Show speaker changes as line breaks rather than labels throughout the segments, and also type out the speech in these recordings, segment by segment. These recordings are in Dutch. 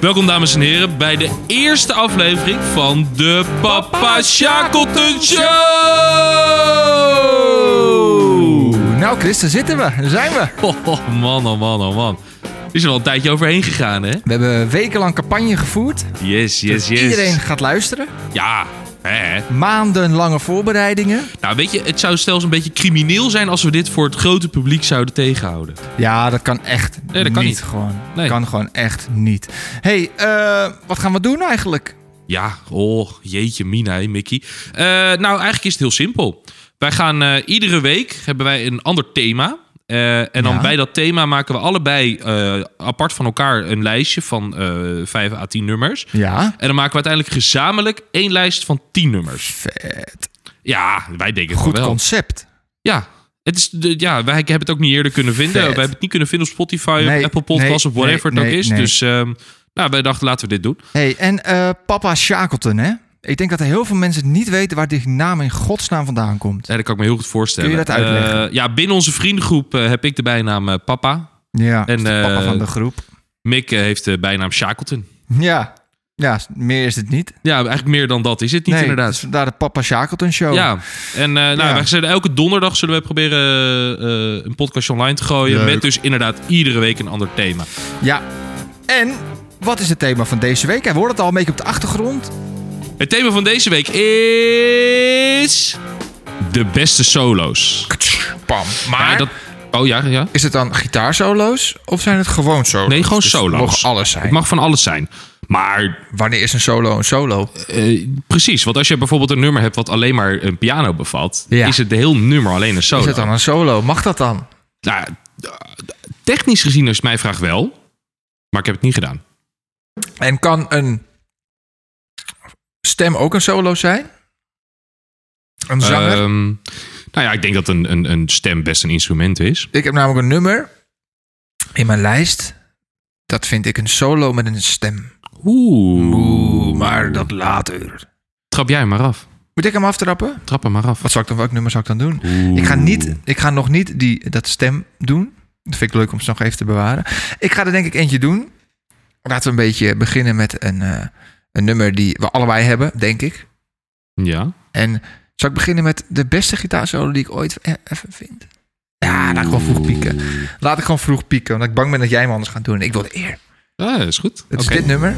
Welkom dames en heren bij de eerste aflevering van de Papa Shackleton Show!
Nou, Chris, daar zitten we. Daar zijn we.
Oh, oh, man, oh man, oh man. Is er al een tijdje overheen gegaan, hè?
We hebben wekenlang campagne gevoerd.
Yes, yes, yes.
Iedereen gaat luisteren.
Ja, hè?
Maandenlange voorbereidingen.
Nou, weet je, het zou zelfs een beetje crimineel zijn als we dit voor het grote publiek zouden tegenhouden.
Ja, dat kan echt
Nee, dat kan niet.
Gewoon.
Nee.
Kan gewoon echt niet. hey, eh, wat gaan we doen eigenlijk?
Ja, oh, jeetje mina, hè, Mickey. Eh, nou, eigenlijk is het heel simpel. Wij gaan eh, iedere week hebben wij een ander thema. Eh, en dan
Ja.
bij dat thema maken we allebei eh, apart van elkaar een lijstje van eh 5 à 10 nummers.
Ja.
En dan maken we uiteindelijk gezamenlijk één lijst van 10 nummers.
Vet.
Ja, wij denken het
Eh, Goed
wel.
concept.
Ja. Het is, de- ja, wij hebben het ook niet eerder kunnen vinden.
Vet.
Wij hebben het niet kunnen vinden op Spotify, op
Nee,
Apple Podcasts,
nee,
of whatever het
nee,
ook
nee,
is.
nee.
Dus ehm, nou, wij dachten, laten we dit doen.
hey, en eh, papa Shackleton, hè? Ik denk dat er heel veel mensen niet weten waar die naam in godsnaam vandaan komt.
Ja, dat kan ik me heel goed voorstellen.
Kun je dat uitleggen?
Eh, ja, binnen onze vriendengroep eh, heb ik de bijnaam eh, Papa. En,
Ja, dat is de papa
eh,
van de groep.
Mick eh, heeft de bijnaam Shackleton.
Ja. Ja, meer is het niet.
Ja, eigenlijk meer dan dat is het niet
nee,
inderdaad.
dus vandaar de papa Shackleton show.
Ja, en eh, nou,
Ja.
wij zullen elke donderdag zullen we proberen eh, eh, een podcast online te gooien.
Leuk.
Met dus inderdaad iedere week een ander thema.
Ja. En wat is het thema van deze week? Hij hoort het al een beetje op de achtergrond.
Het thema van deze week is... De beste solo's.
Pam.
Maar dat... Oh ja, ja.
is het dan gitaarsolo's of zijn het gewoon solo's?
Nee, gewoon
Dus het
solo's.
mag alles zijn.
Het mag van alles zijn. Maar
Wanneer is een solo een solo?
Eh, precies, want als je bijvoorbeeld een nummer hebt wat alleen maar een piano bevat,
Ja.
is het de heel nummer alleen een solo.
Is het dan een solo? Mag dat dan?
Nou, d- d- technisch gezien is mijn vraag wel, maar ik heb het niet gedaan.
En kan een stem ook een solo zijn? Een zanger?
Ehm, nou ja, ik denk dat een, een, een stem best een instrument is.
Ik heb namelijk een nummer in mijn lijst. Dat vind ik een solo met een stem.
Oeh.
Oeh, maar dat later.
Trap jij hem maar af.
Moet ik hem aftrappen?
Trap hem maar af.
Wat zou ik dan, welk nummer zou ik dan doen? Ik ga, niet, ik ga nog niet die, dat stem doen. Dat vind ik leuk om ze nog even te bewaren. Ik ga er denk ik eentje doen. Laten we een beetje beginnen met een, eh, een nummer die we allebei hebben, denk ik.
Ja.
En zal ik beginnen met de beste gitaarsolo die ik ooit e- even vind? Ja, laat ik gewoon vroeg pieken. Laat ik gewoon vroeg pieken, omdat ik bang ben dat jij hem anders gaat doen. Ik wil de eer.
Ah, is goed.
Het
Oké.
is dit nummer.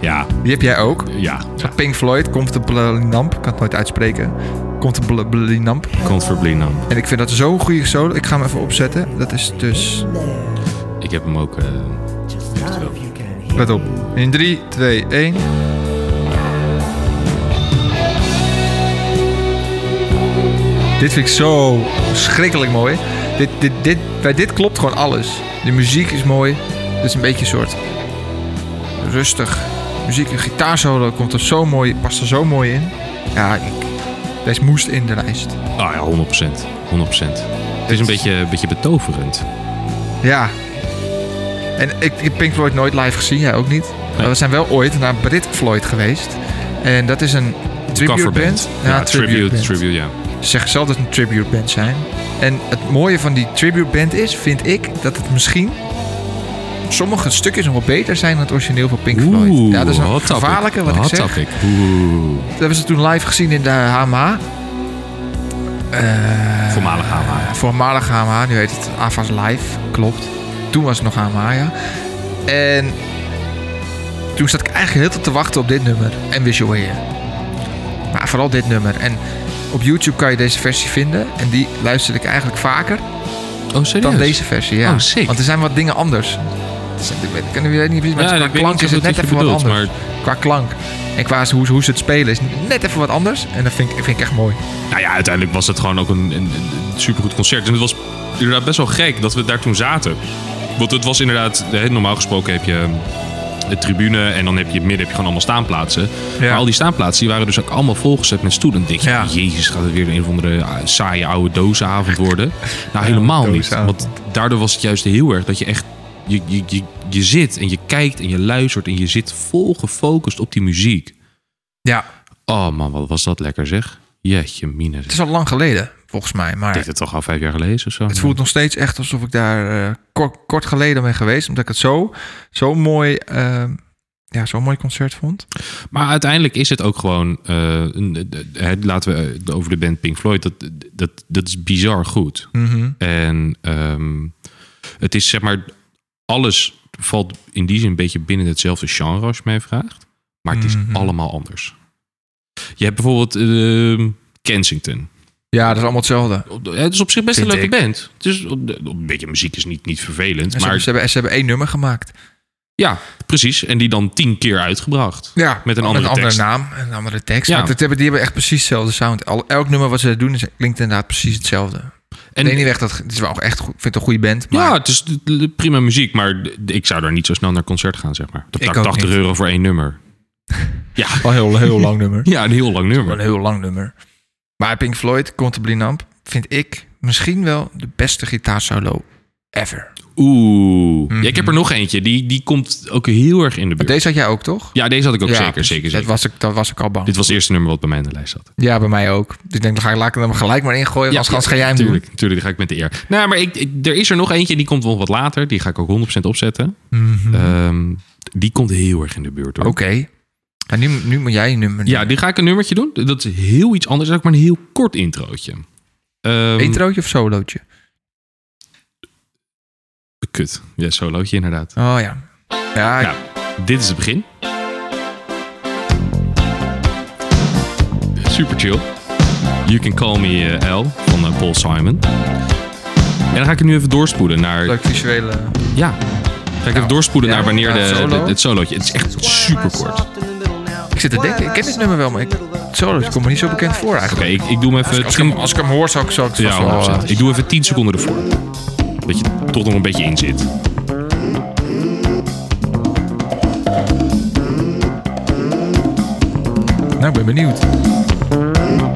Ja,
Die heb jij ook.
ja. ja.
Pink Floyd, Comfortably Numb. Ik kan het nooit uitspreken. Comfortably Numb.
Komt voor Blinan.
En ik vind dat zo'n goede solo. Ik ga hem even opzetten. Dat is dus...
Ik heb hem ook. eh,
Let op. In 3, 2, 1. Dit vind ik zo schrikkelijk mooi. Dit, dit, dit, bij dit klopt gewoon alles. De muziek is mooi. Het is een beetje een soort rustig muziek. Een gitaarsolo komt er zo mooi, past er zo mooi in. Ja, ik, deze moest in de lijst.
ah ja, 100%. 100%. Het is een beetje, een beetje betoverend.
Ja. En ik, ik heb Pink Floyd nooit live gezien, jij ook niet. Maar we zijn wel ooit naar Brit Floyd geweest. En dat is een tribute band.
Ja, tribute, tribute, ja.
Ze zeggen zelf dat het een tribute band zijn. En het mooie van die tribute band is, vind ik, dat het misschien sommige stukjes nog wel beter zijn dan het origineel van Pink Floyd. ja, dat is een
hot topic.
gevaarlijke wat ik
Hot
zeg.
topic. Oeh.
Dat hebben ze toen live gezien in de HMA. Eh,
Voormalig HMA.
voormalig HMA, nu heet het AFAS Live, klopt. Toen was het nog HMA, ja. En toen zat ik eigenlijk heel tijd te wachten op dit nummer en Visual Here. Maar vooral dit nummer. En op YouTube kan je deze versie vinden. En die luister ik eigenlijk vaker
Oh, serieus?
dan deze versie, ja.
Oh, sick.
Want er zijn wat dingen anders. Het is- Ik weet- ik weet niet precies, maar
Ja,
qua
ik weet
klank
niet
is het
goed
net
wat je
even wat
bedoelt,
anders. Qua klank. En qua hoe, ze- hoe ze het spelen is net even wat anders. En dat vind ik, vind ik echt mooi.
Nou ja, uiteindelijk was het gewoon ook een, een, een supergoed concert. En het was inderdaad best wel gek dat we daar toen zaten. Want het was inderdaad, hè, normaal gesproken heb je ehm, de tribune en dan heb je in het midden heb je gewoon allemaal staanplaatsen.
Ja.
Maar al die staanplaatsen die waren dus ook allemaal volgezet met stoelen. Dan denk je,
Ja.
jezus, gaat het weer een of andere ah, saaie oude dozenavond worden? Nou, helemaal niet.
dozenavond.
Want daardoor was het juist heel erg dat je echt, je, je, je, je zit en je kijkt en je luistert en je zit vol gefocust op die muziek.
Ja,
Oh man, wat was dat lekker zeg. Jeetje, mina.
Het is al lang geleden. volgens mij. Maar
deed het toch al vijf jaar geleden of zo.
het voelt nog steeds echt alsof ik daar eh, kort, kort geleden ben geweest. Omdat ik het zo, zo mooi, ehm, ja, zo'n mooi concert vond.
Maar uiteindelijk is het ook gewoon. eh, een- eh, eh, laten we eh, over de band Pink Floyd. Dat, dat, dat is bizar goed.
Mhm.
En ehm, het is zeg maar. Alles valt in die zin een beetje binnen hetzelfde genre als je mij vraagt. Maar het is
Mhm.
allemaal anders. Je hebt bijvoorbeeld ehm, Kensington.
Ja, dat is allemaal hetzelfde.
Op de- Het is op zich best
Vind
een leuke
ik.
band. Het is, op de- op een beetje muziek is niet, niet vervelend.
En ze, hebben,
maar
ze, hebben, ze hebben één nummer gemaakt.
ja, precies. En die dan tien keer uitgebracht.
Ja,
Met een andere tekst.
naam, een andere tekst.
Ja.
Maar dat hebben, die hebben echt precies hetzelfde sound. Al, elk nummer wat ze doen is, klinkt inderdaad precies hetzelfde. En,
En
ik weet niet echt dat het is wel echt goed, ik vind het een goede band. Maar
Ja, het is d- d- prima muziek, maar d- ik zou daar niet zo snel naar concert gaan, zeg maar.
Ik
Daar
ook
80
niet.
euro voor één nummer. Ja,
wel een heel, heel lang nummer.
ja een heel lang
Wel een
nummer.
heel lang nummer. Maar Pink Floyd, Contably Numb, vind ik misschien wel de beste gitaarsolo ever.
Oeh.
Mhm.
Ja, ik heb er nog eentje, die, die komt ook heel erg in de buurt.
Deze had jij ook, toch?
Ja, deze had ik ook
Ja,
zeker,
precies.
zeker, zeker.
Dat was ik, dat was ik al bang.
Dit was het eerste nummer wat bij mij in de lijst zat.
Ja, bij mij ook. Dus ik denk, dan ga ik, laat ik hem gelijk maar ingooien, anders, anders ga jij hem
tuurlijk, Tuurlijk, die ga ik met de eer. Nou, maar ik, ik- er is er nog eentje, die komt wel wat later. Die ga ik ook 100% opzetten.
doen. Mhm.
Ehm, die komt heel erg in de buurt, hoor.
Oké. En nu, nu moet jij je nummer
Ja, die ga ik een nummertje doen. Dat is heel iets anders. Dat is ook maar een heel kort introotje. Ehm,
Introotje of solootje?
Kut. Ja, solootje inderdaad.
Oh ja. Ja,
Nou, dit is het begin. Super chill. You Can Call Me eh, L van eh, Paul Simon. En dan ga ik hem nu even doorspoelen naar...
leuk visuele...
Ja. Ga ik even doorspoelen
ja,
naar wanneer
ja,
de,
het solo.
de- het solootje... Het is echt super kort. Oké,
Ik zit te denken, ik ken dit nummer wel, maar ik, sorry, het komt me niet zo bekend voor eigenlijk.
ik, ik doe hem even...
Als, ik hem, als ik hem hoor, zou ik, zou ik het
ja,
vast wel...
100%.
eh,
ik doe even 10 seconden ervoor. Dat je er toch nog een beetje in zit.
nou, ik ben benieuwd.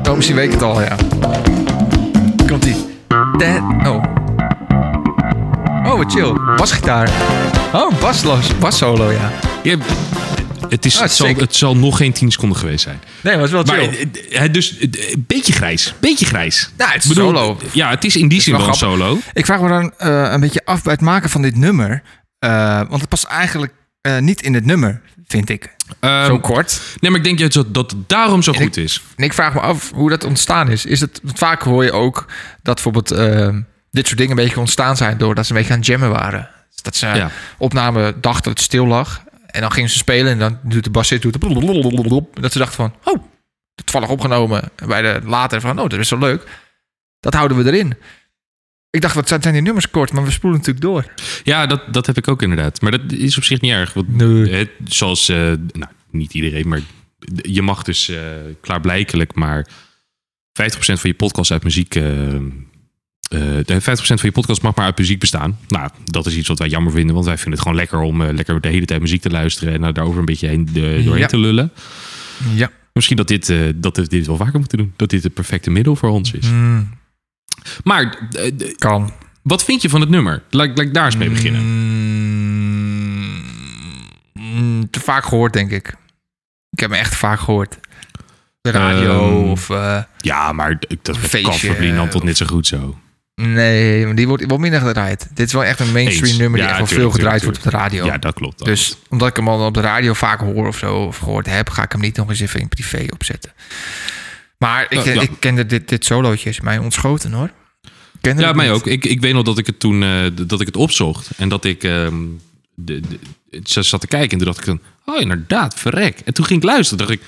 Oh, misschien weet ik het al, ja. Komt-ie. Da- Oh. Oh, wat chill. Basgitaar. Oh, bas, bassolo, ja.
Je, het, is,
Ah,
het, zal,
zeker.
het zal nog geen 10 seconden geweest zijn.
Nee, maar het is wel
Maar
chill.
eh, eh, het dus eh, een beetje grijs. Beetje grijs.
Nou, het is
Ik
solo.
Ja, het is in die zin
wel
wel een solo.
Ik vraag me dan eh, een beetje af bij het maken van dit nummer. eh, want het past eigenlijk eh, niet in het nummer, vind ik.
Ehm,
Zo kort.
nee, maar ik denk juist dat dat het daarom zo goed is.
En ik vraag me af hoe dat ontstaan is. is het, want vaak hoor je ook dat bijvoorbeeld eh, dit soort dingen een beetje ontstaan zijn doordat ze een beetje aan het jammen waren. Dus Dat ze
Ja.
opname dachten dat het stil lag. En dan gingen ze spelen en dan doet de bassist doet het dat ze dachten van, oh, toevallig opgenomen. En bij de later van, oh, dat is wel leuk. Dat houden we erin. Ik dacht, wat zijn zijn die nummers kort? Maar we spoelen natuurlijk door.
Ja, dat, dat heb ik ook inderdaad. Maar dat is op zich niet erg. Want het, zoals, eh, nou, niet iedereen, maar je mag dus eh, klaarblijkelijk maar 50% van je podcast uit muziek... eh, eh, de 50% van je podcast mag maar uit muziek bestaan. Nou, dat is iets wat wij jammer vinden. Want wij vinden het gewoon lekker om eh, lekker de hele tijd muziek te luisteren. En daar daarover een beetje heen, de- doorheen
Ja.
te lullen.
Ja.
Misschien dat, dit, eh, dat we dit wel vaker moeten doen. Dat dit het perfecte middel voor ons
Mm.
is. Maar eh, d-
kan.
wat vind je van het nummer? Laat, ik- laat ik daar eens mee beginnen.
Mm, mm, te vaak gehoord, denk ik. Ik heb hem echt vaak gehoord. De radio
Ehm.
of... eh,
Ja, maar d- dat
Feestje, eh,
kan voor Blien dan tot
of-
net zo goed zo.
nee, maar die wordt, wordt minder gedraaid. Dit is wel echt een mainstream
Eens.
nummer die
Ja,
echt wel
tuurlijk,
veel gedraaid
tuurlijk,
wordt op de radio.
Ja, dat klopt. dat
dus omdat ik hem al op de radio vaak hoor of zo, of gehoord heb, ga ik hem niet nog eens even in privé opzetten. Maar ik,
Ja, Oh, ja.
ik kende dit, dit solootje, is mij ontschoten hoor. Ik kende
Ja,
het
mij
niet.
ook. Ik, ik weet nog dat ik het toen eh, d- dat ik het opzocht. En dat ik ehm, de, de, ze zat te kijken. En toen dacht ik dan, oh inderdaad, verrek. En toen ging ik luisteren. dacht ik,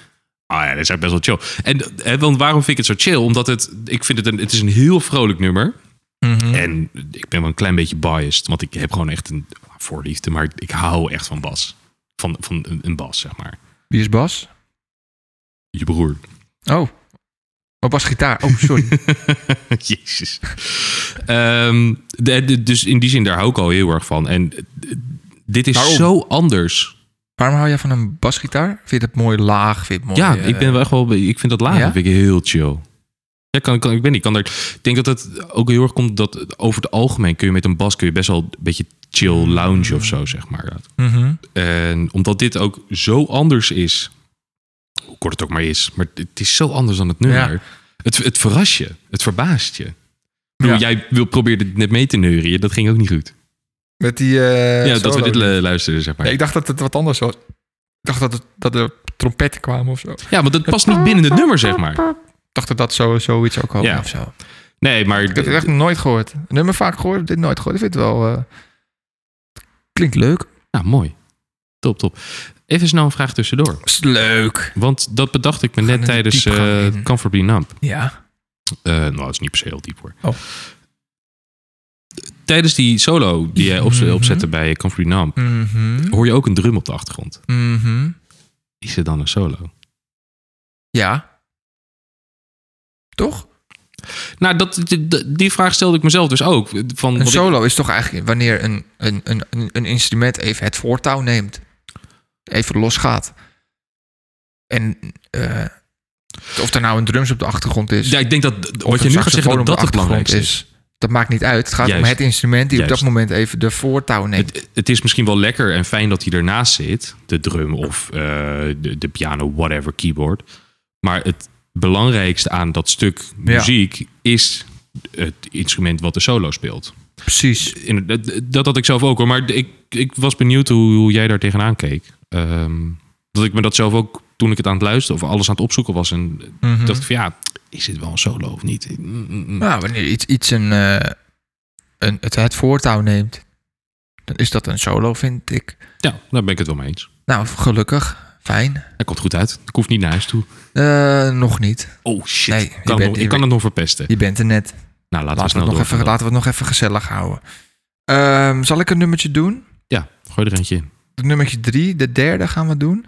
ah ja, dit is eigenlijk best wel chill. En hè, want waarom vind ik het zo chill? Omdat het, ik vind het een, het is een heel vrolijk nummer.
Mhm.
En ik ben wel een klein beetje biased. Want ik heb gewoon echt een ah, voorliefde. Maar ik hou echt van bas. Van, van een, een bas, zeg maar.
Wie is Bas?
Je broer.
Oh, oh Bas gitaar. Oh, sorry.
Jezus. Ehm, de- de- dus in die zin, daar hou ik al heel erg van. En eh, dit is
Waarom?
zo anders.
Waarom hou jij van een basgitaar? Vind je het mooi laag? Vind je het mooi,
Ja,
eh,
ik ben wel echt wel. Ik vind dat laag
Ja?
vind ik heel chill. Ja, kan, kan, ik ben niet. Kan er, ik denk dat het ook heel erg komt dat het over het algemeen kun je met een bas kun je best wel een beetje chill lounge of zo, zeg maar.
mhm.
En omdat dit ook zo anders is, hoe kort het ook maar is, maar het is zo anders dan het nummer. Het, het verrast je. Het verbaast je. Ik bedoel,
Ja.
Jij wil, probeerde het net mee te neurien. Dat ging ook niet goed.
Met die. eh,
ja, dat we
solo.
dit eh, luisteren, zeg maar.
Nee, ik dacht dat het wat anders was. Ik dacht dat, het, dat er trompetten kwamen of zo. Ik
Ja, want dat past niet binnen het nummer, zeg maar.
dacht dat dat zo, zoiets ook hoorde
Ja.
of zo.
Nee, maar...
Ik heb het echt nog nooit gehoord. Een Nummer vaak gehoord, dit nooit gehoord. Ik vind het wel... eh, klinkt leuk.
Nou, mooi. Top, top. Even snel een vraag tussendoor.
Is leuk.
Want dat bedacht ik me
Gaan
net
er
tijdens
diep gaan
eh,
in.
Comfortably Numb.
Ja.
Eh, nou, dat is niet per se heel diep hoor.
Oh.
Tijdens die solo die jij opz-
Mhm.
opzette bij Comfortably Numb...
Mhm.
hoor je ook een drum op de achtergrond.
Mhm.
Is het dan een solo?
Ja. Toch?
Nou, dat, die- die- die vraag stelde ik mezelf dus ook. Van,
Een
wat ik-
solo is toch eigenlijk wanneer een, een, een, een- een instrument even het voortouw neemt. Even losgaat. En eh, of er nou een drums op de achtergrond is.
ja, ik denk dat
of
wat je nu
een
gaat zeggen, dat dat
saxofoon op
het
de achtergrond
belangrijkste is.
Dat maakt niet uit. Het gaat om
Juist.
het instrument die op
Juist.
dat moment even de voortouw neemt.
Het, het is misschien wel lekker en fijn dat hij ernaast zit. De drum of eh, de, de piano, whatever, keyboard. Maar het belangrijkste aan dat stuk muziek is het instrument wat de solo speelt.
Precies.
In- dat- Dat had ik zelf ook hoor. Maar ik, ik was benieuwd hoe, hoe jij daar tegenaan keek. Ehm, dat ik me dat zelf ook toen ik het aan het luisteren of alles aan het opzoeken was. En
Mhm.
dacht ik van ja, is dit wel een solo of niet? Mm, mm, mm.
Nou, wanneer iets, iets een, eh, een, het, het voortouw neemt, dan is dat een solo, vind ik.
Ja, daar ben ik het wel mee eens.
Nou, gelukkig. Fijn.
Hij komt goed uit. Ik hoef niet naar huis toe.
Eh, nog niet.
Oh shit.
Nee,
ik
je
kan,
bent-
nog-
je
ik kan
bent-
het nog verpesten.
Je bent er net.
Nou, laten, we
Laten we,
snel
het nog even,
doorgaan.
laten we het nog even gezellig houden. Ehm, zal ik een nummertje doen?
Ja, gooi er eentje in.
Het nummertje drie, de derde gaan we doen.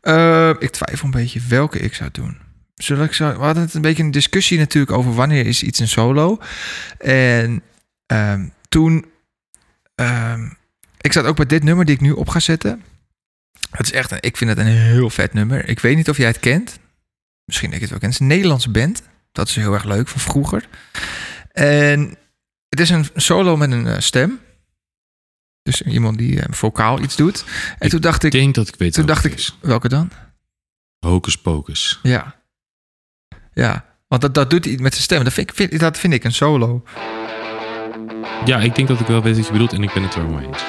Ehm, ik twijfel een beetje welke ik zou doen. Zullen ik zo, we hadden het een beetje een discussie natuurlijk over wanneer is iets een solo. En ehm, toen... ehm, ik zat ook bij dit nummer die ik nu op ga zetten. Het is echt een, ik vind het een heel vet nummer. Ik weet niet of jij het kent. Misschien dat ik het wel ken. Het is een Nederlandse band. Dat is heel erg leuk, van vroeger. En het is een solo met een eh, stem. Dus iemand die eh, vocaal iets doet. En
Ik
toen dacht ik...
Ik denk dat ik weet
Toen
welke
dacht
het
ik-
is.
Welke dan?
Hocus pocus.
Ja. Ja. Want dat, dat doet hij met zijn stem. Dat vind, ik, vind, dat vind ik een solo.
Ja, ik denk dat ik wel weet wat je bedoelt en ik ben het er wel mee eens.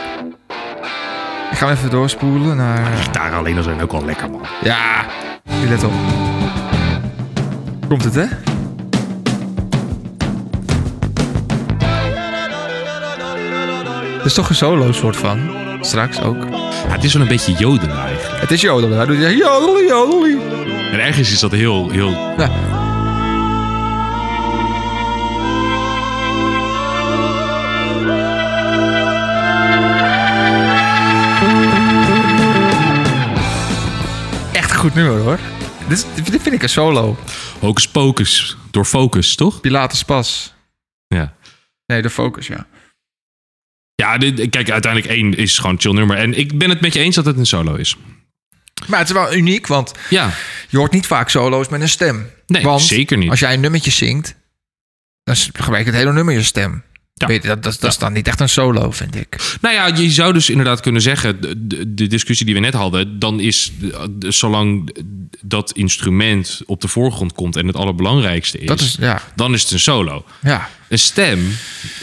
Ik ga hem even doorspoelen naar...
Daar alleen al zijn ook al lekker man.
Ja, die let op. Komt het, hè? Het is toch een solo soort van. Straks ook.
Ja, het is wel een beetje joden eigenlijk.
Het is jodelen. Hij doet ja, jodelen, jodelen.
En ergens is dat heel, heel...
Ja. Echt een goed nummer hoor. Dit, is- dit vind ik een solo.
Hocus pocus. Door focus, toch?
Pilatus Pas.
Ja.
Nee, de focus, ja.
Ja, dit, kijk, uiteindelijk één is gewoon een chill nummer. En ik ben het met je eens dat het een solo is.
Maar het is wel uniek, want
Ja,
je hoort niet vaak solo's met een stem.
nee,
Want
zeker niet.
Als jij een nummertje zingt, dan s- gebruik je het hele nummer je stem.
Ja.
Weet je, dat dat, dat is dan niet echt een solo, vind ik.
Nou ja, je zou dus inderdaad kunnen zeggen, de- de, de discussie die we net hadden, dan is de- de- zolang dat instrument op de voorgrond komt en het allerbelangrijkste is,
Dat is, ja.
dan is het een solo.
ja.
Een stem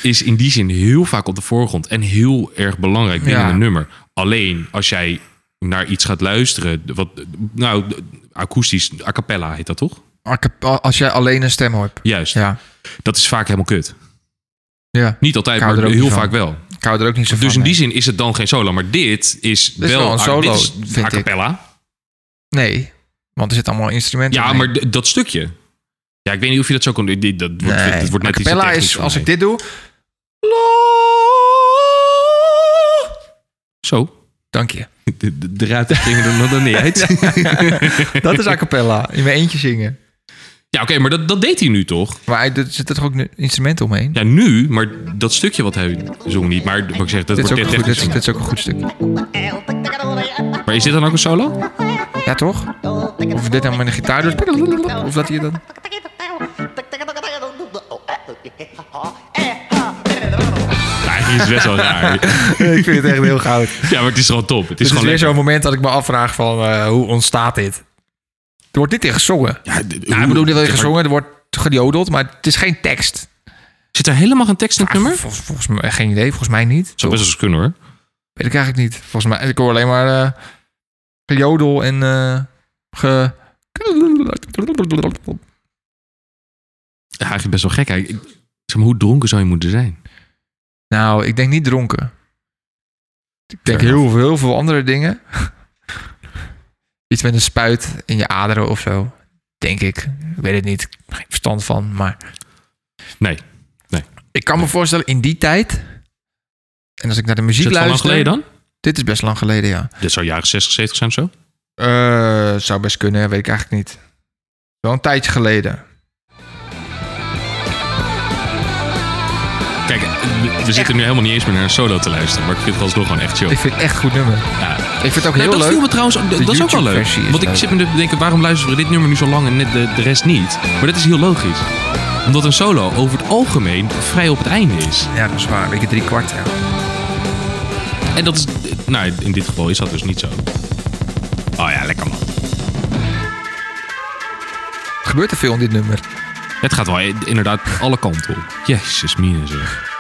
is in die zin heel vaak op de voorgrond en heel erg belangrijk binnen
Ja.
een nummer. Alleen als jij naar iets gaat luisteren, wat, nou, akoestisch, a cappella heet dat toch?
A cap- Als jij alleen een stem hoort.
Juist.
Ja.
Dat is vaak helemaal kut.
ja.
Niet altijd,
Ik hou
maar
er ook
heel
niet van.
vaak wel.
Ik hou er ook niet zo
Dus
van.
in die
hè.
zin is het dan geen solo. Maar dit is,
is wel een
a-
solo,
dit is
vind
a
ik.
cappella.
Nee, want er zitten allemaal instrumenten
Ja,
bij.
maar d- dat stukje. Ja, ik weet niet of je dat zo kon. dit- dit- Dat wordt,
nee.
dat wordt
A
net iets te
cappella
technisch
is,
voor
als
mij.
ik dit doe...
Zo.
Dank je.
De, de, de ruiten gingen er nog dan niet uit. ja,
Dat is a cappella. In mijn eentje zingen.
oké, maar dat, dat deed hij nu toch?
Maar hij- er zitten toch ook nu instrumenten omheen?
Ja, nu, maar dat stukje wat hij zong niet. Maar wat ik zeg, dat
Dit is, ook
wordt
een
net technisch.
goed, dit, is, dit is ook een goed stukje.
Maar is dit dan ook een solo?
Ja, toch? Of dit nou met een gitaar doet. Of dat hier dan...
Ja, eigenlijk is het best wel raar.
Ik vind het echt heel goud.
Ja, maar het is gewoon top. Het is
Dit is
gewoon
weer
lekker.
zo'n moment dat ik me afvraag van eh, hoe ontstaat dit? Er wordt niet in gezongen.
Ja, d-
Nou, ik
hoe-
bedoel, er wordt
zeg maar,
gezongen, er wordt gejodeld, maar het is geen tekst.
Zit er helemaal geen tekst in het nummer?
Ah, Volgens, volgens mij, geen idee, volgens mij niet.
Zou best wel eens kunnen hoor.
Weet ik eigenlijk niet. Volgens mij, ik hoor alleen maar eh, gejodel en eh, ge...
Ja, eigenlijk best wel gek. Eigenlijk. Ik- Zeg maar, hoe dronken zou je moeten zijn?
Nou, ik denk niet dronken. Ik denk
Fair
heel veel, heel veel andere dingen. Iets met een spuit in je aderen of zo. Denk ik. Ik weet het niet. Geen verstand van, maar...
Nee. Nee.
Ik kan me voorstellen, in die tijd... En als ik naar de
Is
muziek
het van
luister...
lang geleden dan?
Dit is best lang geleden, ja.
Dit zou jaren 60, 70 zijn of zo.
Eh, zou best kunnen, weet ik eigenlijk niet. Wel een tijdje geleden.
Kijk, we, we zitten nu helemaal niet eens meer naar een solo te luisteren. Maar ik vind het alsnog gewoon echt chill.
Ik vind het echt een goed nummer. Ik vind het ook
Nee,
heel
dat viel
leuk.
me trouwens, dat is ook wel leuk.
YouTube-versie is
Want ik
leuk.
zit me te denken, waarom luisteren we dit nummer nu zo lang en net de, de rest niet? Maar dat is heel logisch. Omdat een solo over het algemeen vrij op het einde is.
Ja, dat is waar. Een beetje drie kwart. Ja.
En dat is, nou in dit geval is dat dus niet zo. Oh ja, lekker man.
Er gebeurt er veel in dit nummer.
Het gaat wel inderdaad alle kanten op. Jezus, mine zeg.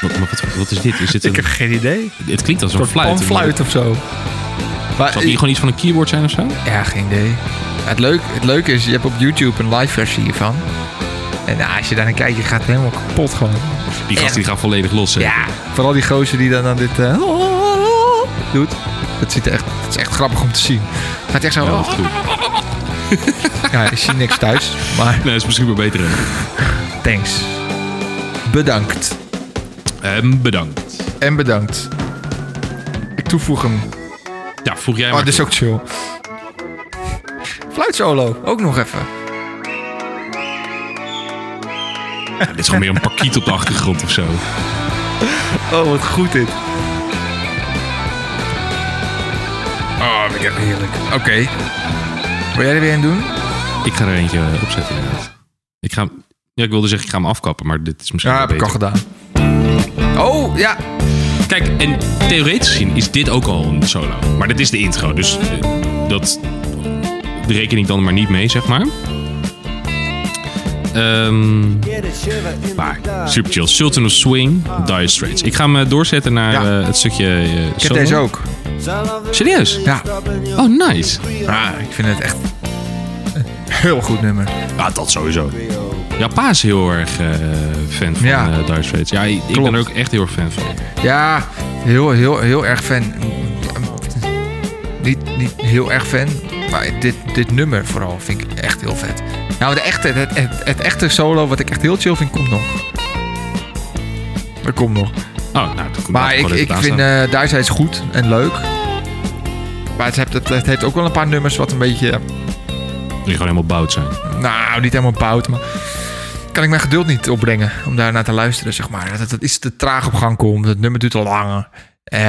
Wat, maar wat, wat is dit? Is dit een,
geen idee.
het klinkt als een
Een
fluit.
fluit, fluit of zo. Maar,
Zal het hier gewoon iets van een keyboard zijn of zo?
ja, geen idee. Het, leuk, het leuke is, je hebt op YouTube een live versie hiervan. En nou, als je daar naar kijkt, je gaat helemaal kapot gewoon.
Die gast die gaat volledig los. hè?
Ja, vooral die gozer die dan aan dit eh, doet. Dat, ziet er echt, dat is echt grappig om te zien. Het Gaat echt zo...
Ja, dat is goed.
Ja, ik zie niks thuis, maar
Nee, dat is misschien wel beter. hè?
thanks. Bedankt.
Ehm, bedankt.
En bedankt. Ik toevoeg hem.
Ja, vroeg jij
Oh,
maar.
dit is ook chill. Fluitsolo, ook nog even.
Ja, dit is gewoon meer een parkiet op de achtergrond of zo.
Oh, wat goed dit. Oh, vind ik echt heerlijk. Oké. Wil jij er weer een doen?
Ik ga er eentje eh, opzetten inderdaad. Ik ga... hem- Ja, ik wilde zeggen, ik ga hem afkappen, maar dit is misschien
Ja,
wel
heb ik
beter.
al gedaan. Oh, ja.
Kijk, en theoretisch gezien is dit ook al een solo. Maar dit is de intro, dus eh, dat reken ik dan maar niet mee, zeg maar. Ehm, maar, super chill. Sultan of Swing, Dire Straits. Ik ga hem eh, doorzetten naar
Ja.
eh, het stukje eh, solo.
Ik heb deze ook.
Serieus?
Ja.
Oh, nice.
Ah, ik vind het echt een heel goed nummer.
Ja, dat sowieso. Ja, pa is heel erg eh, fan van
Ja.
ja. Dire Straits. Ja, ik ik ben
Klopt.
er ook echt heel erg fan van. Oh,
Ja, heel, heel, heel erg fan. Niet, niet heel erg fan, maar dit, dit nummer vooral vind ik echt heel vet. Nou, de echte, het, het, het echte solo wat ik echt heel chill vind, komt nog. Er komt nog.
Oh, nou, dat
Maar ik, ik vind eh Duitsheid is goed en leuk. Maar het heeft, het, het heeft ook wel een paar nummers wat een beetje... eh,
Die gewoon helemaal bout zijn.
Nou, niet helemaal bout, maar... Kan ik mijn geduld niet opbrengen om daarnaar te luisteren, zeg maar. Dat het dat iets te traag op gang komt. Het nummer duurt te lang. Eh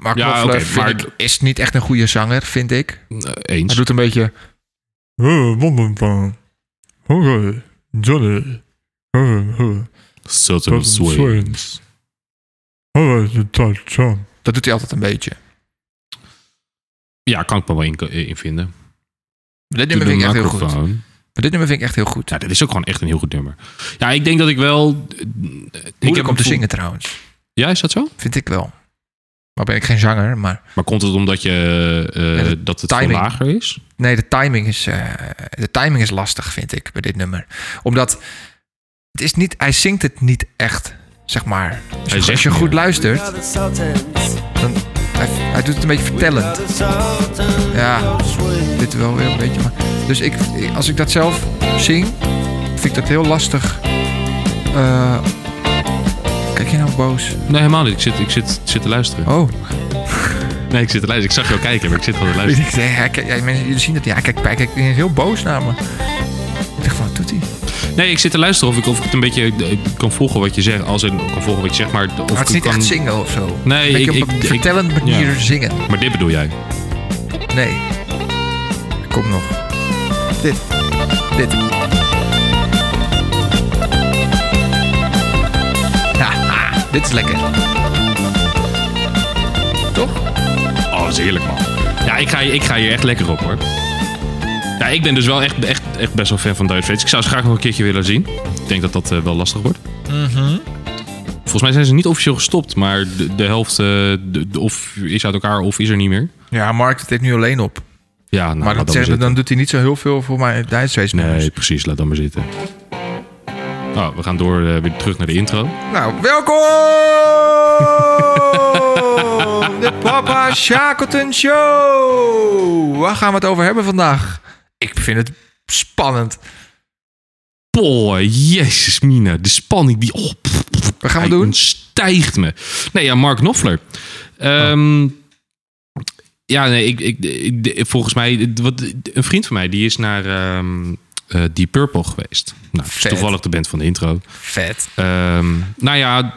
maar
Ja,
Knopfler
oké,
vind
maar-
ik, is niet echt een goede zanger, vind ik.
Eh, eens.
Hij doet een beetje...
Sultan of Swing.
Dat doet hij altijd een beetje.
Ja, kan ik me wel in, eh, in vinden.
Dit nummer vind ik echt heel goed. Maar
Microphone.
dit nummer vind ik echt heel goed.
Ja, dit is ook gewoon echt een heel goed nummer. Ja, ik denk dat ik wel... eh, Ik
Moeilijk om
het
te
gevoel-
zingen trouwens.
Ja, is dat zo?
Vind ik wel. Maar ben ik geen zanger, maar...
Maar komt het omdat je, eh,
Ja,
eh,
de
dat het
timing.
veel lager is?
Nee, de timing is, eh, de timing is lastig, vind ik, bij dit nummer. Omdat het is niet, hij zingt het niet echt, zeg maar. Als je,
Hij zegt
als je
niet,
goed
ja.
luistert, dan, hij, hij doet het een beetje vertellend. Ja, dit wel weer een beetje. Maar, dus ik, als ik dat zelf zing, vind ik dat heel lastig. Eh, kijk je nou boos?
Nee, helemaal niet. Ik zit, ik zit, ik zit te luisteren.
Oh,
Nee, ik zit te luisteren. Ik zag jou kijken, maar ik zit gewoon te luisteren.
ik zeg, hij kijkt- ja, mensen, jullie zien dat. Ja, kijk, hij kijkt heel boos naar me. Ik dacht, van, wat doet hij?
Nee, ik zit te luisteren of ik, of ik het een beetje eh, kan volgen wat je zegt. Als ik kan volgen wat je zegt, maar... Of
Maar het is
ik
niet
kan...
echt zingen of zo.
Nee,
Een beetje
ik-
op een
ik- ik-
vertellende manier
ja.
zingen.
Maar dit bedoel jij?
Nee. Kom nog. Dit. Dit. Haha, dit is lekker. Toch?
Oh, dat is heerlijk, man. Ja, ik ga, ik ga hier echt lekker op hoor. Ja, ik ben dus wel echt, echt, echt best wel fan van Dire Straits. Ik zou ze graag nog een keertje willen zien. Ik denk dat dat eh, wel lastig wordt.
Mhm.
Volgens mij zijn ze niet officieel gestopt, maar de, de helft eh, de- de- of is uit elkaar of is er niet meer.
Ja, Mark dat heeft nu alleen op.
Ja, nou,
Maar
laat
dat
dan maar
zegt,
zitten.
dan doet hij niet zo heel veel voor mij. Hij is steeds
Nee, precies, laat dan maar zitten. Nou, we gaan door eh, weer terug naar de intro.
Nou, welkom! de Papa Shackleton Show! Waar gaan we het over hebben vandaag? Ik vind het spannend.
Boah, jezus mina. De spanning die... Oh, pff, pff,
Wat gaan we
hij
doen?
stijgt me. Nee, ja, Mark Knopfler. Ehm, Ja, nee, ik, ik, ik- de- volgens mij... Wat, een vriend van mij, die is naar ehm eh, Deep Purple geweest. Nou, dat is
Vet.
toevallig de band van de intro.
Vet.
Ehm, nou ja,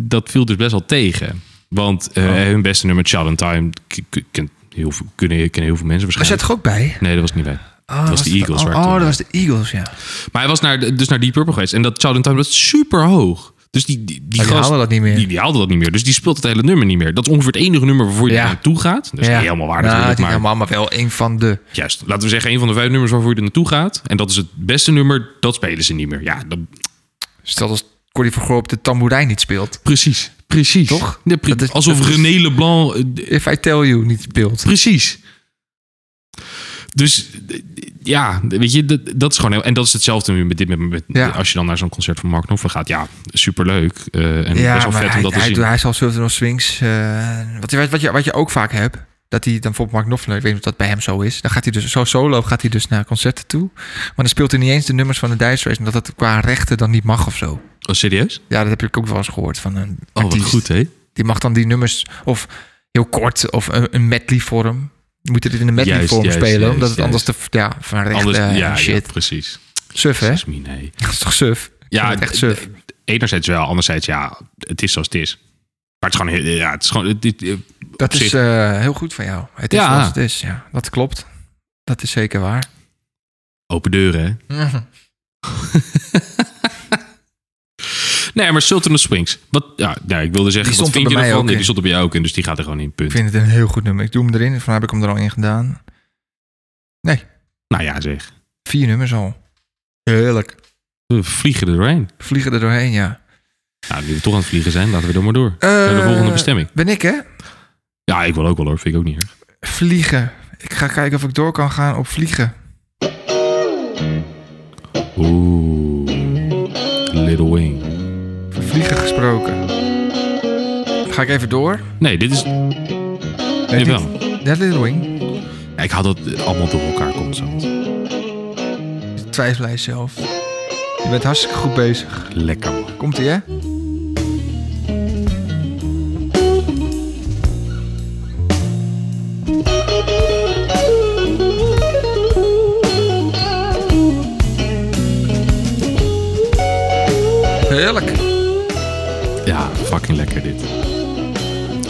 dat viel dus best wel tegen. Want eh,
Oh.
hun beste nummer, Child in Time, k- k- kent heel veel, kunnen, kennen heel veel mensen
Was jij
waarschijnlijk.
er ook bij?
Nee, dat was niet bij.
Oh,
was de Eagles
Oh,
waar het eh,
oh,
om
dat
ging.
was de Eagles, ja.
Maar hij was naar, dus naar Deep Purple geweest. En dat Child in Time was super hoog. Dus die, die, die
Maar die
gast-
haalden dat niet meer.
Die, die haalde dat niet meer. Dus die speelt het hele nummer niet meer. Dat is ongeveer het enige nummer waarvoor je
Ja.
er naartoe gaat. Dat is niet
ja.
Dus helemaal waar
Nou,
natuurlijk.
het is
maar
niet helemaal, maar wel een van de...
juist, laten we zeggen, een van de vijf nummers waarvoor je er naartoe gaat. En dat is het beste nummer, dat spelen ze niet meer. Ja, dat,
Stel dat Cordy van Gorp de tamboerijn niet speelt.
precies. Precies.
Toch?
Ja, pre-
Dat is-
alsof
dat is-
René Leblanc... eh,
If I Tell You niet speelt.
Precies. Dus d- d- ja, weet je, dat, dat is gewoon heel. En dat is hetzelfde nu met dit. Met, met-
Ja.
Als je dan naar zo'n concert van Mark Knopfler gaat, ja, superleuk. eh en
Ja,
best wel
maar
vet
hij,
om dat te
hij,
zien.
doet- hij zal Surfing on Swings... eh, wat, je- wat, je, wat je ook vaak hebt... Dat hij dan bijvoorbeeld Mark Knopfler, ik weet niet of dat bij hem zo is. Dan gaat hij dus zo solo, gaat hij dus naar concerten toe. Maar dan speelt hij niet eens de nummers van de Dice Race. Omdat dat qua rechten dan niet mag of zo.
Oh, serieus?
Ja, dat heb ik ook wel eens gehoord van een
Oh, wat
artiest.
goed, hè?
Die mag dan die nummers of heel kort of een, een medley vorm. Moet het in een medley
Juist,
vorm
juist,
spelen.
juist,
omdat het anders te, ja, van recht
Anders,
eh,
ja, ja,
shit.
precies.
Suf hè?
Jezus, mien, hé.
Dat is toch suf? Ja,
Ja,
het echt suf.
d- d- enerzijds wel, anderzijds ja, het is zoals het is. Maar het is gewoon, heel- ja, het is gewoon, het- het- eh,
Dat
op
is
zich-
eh, heel goed van jou. Het is
Ja.
zoals het is. Ja, dat klopt. Dat is zeker waar.
open deuren, hè? Nee, maar Sultan of Swings. Wat, ja, nee, ik wilde zeggen,
Die
wat
stond er
vind
bij
je
mij
ervan?
ook
Nee,
in.
die stond er bij jou ook in, dus die gaat er gewoon in,
ik
punt.
vind het een heel goed nummer. Ik doe hem erin. Van heb ik hem er al in gedaan.
Nou ja, zeg.
Vier nummers al. Heerlijk.
We vliegen er doorheen.
Vliegen er doorheen, ja.
Nou, nu we toch aan het vliegen zijn, laten we dan maar door.
Eh,
Naar de volgende bestemming.
Ben ik, hè?
Ja, ik wil ook wel hoor. Vind ik ook niet erg.
Vliegen. Ik ga kijken of ik door kan gaan op vliegen.
Oeh. Little Wing.
Over vliegen gesproken. Ga ik even door?
Nee, dit is...
dit-
Nee, wel.
That Little Wing.
Ja, ik had dat eh, allemaal door elkaar constant.
Twijfel hij zelf. Je bent hartstikke goed bezig.
Lekker man.
Komt ie, hè? Heerlijk.
Ja, fucking lekker dit.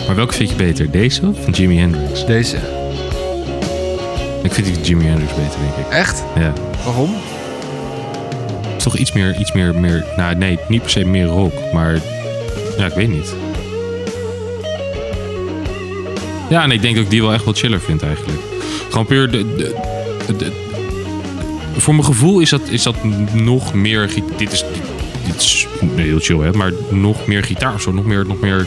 Maar welke vind je beter? Deze of van Jimi Hendrix?
Deze.
Ik vind die van Jimi Hendrix beter, denk ik.
Echt?
Ja.
Waarom?
Het is toch iets meer, iets meer, meer... Nou, nee, niet per se meer rock, maar... Ja, ik weet niet. Ja, en ik denk dat ik die wel echt wel chiller vind eigenlijk. Gewoon puur de... de, de- de- voor mijn gevoel is dat, is dat nog meer... gi- Dit is, dit is heel chill, hè? Maar nog meer gitaar of zo. Nog meer... Nog meer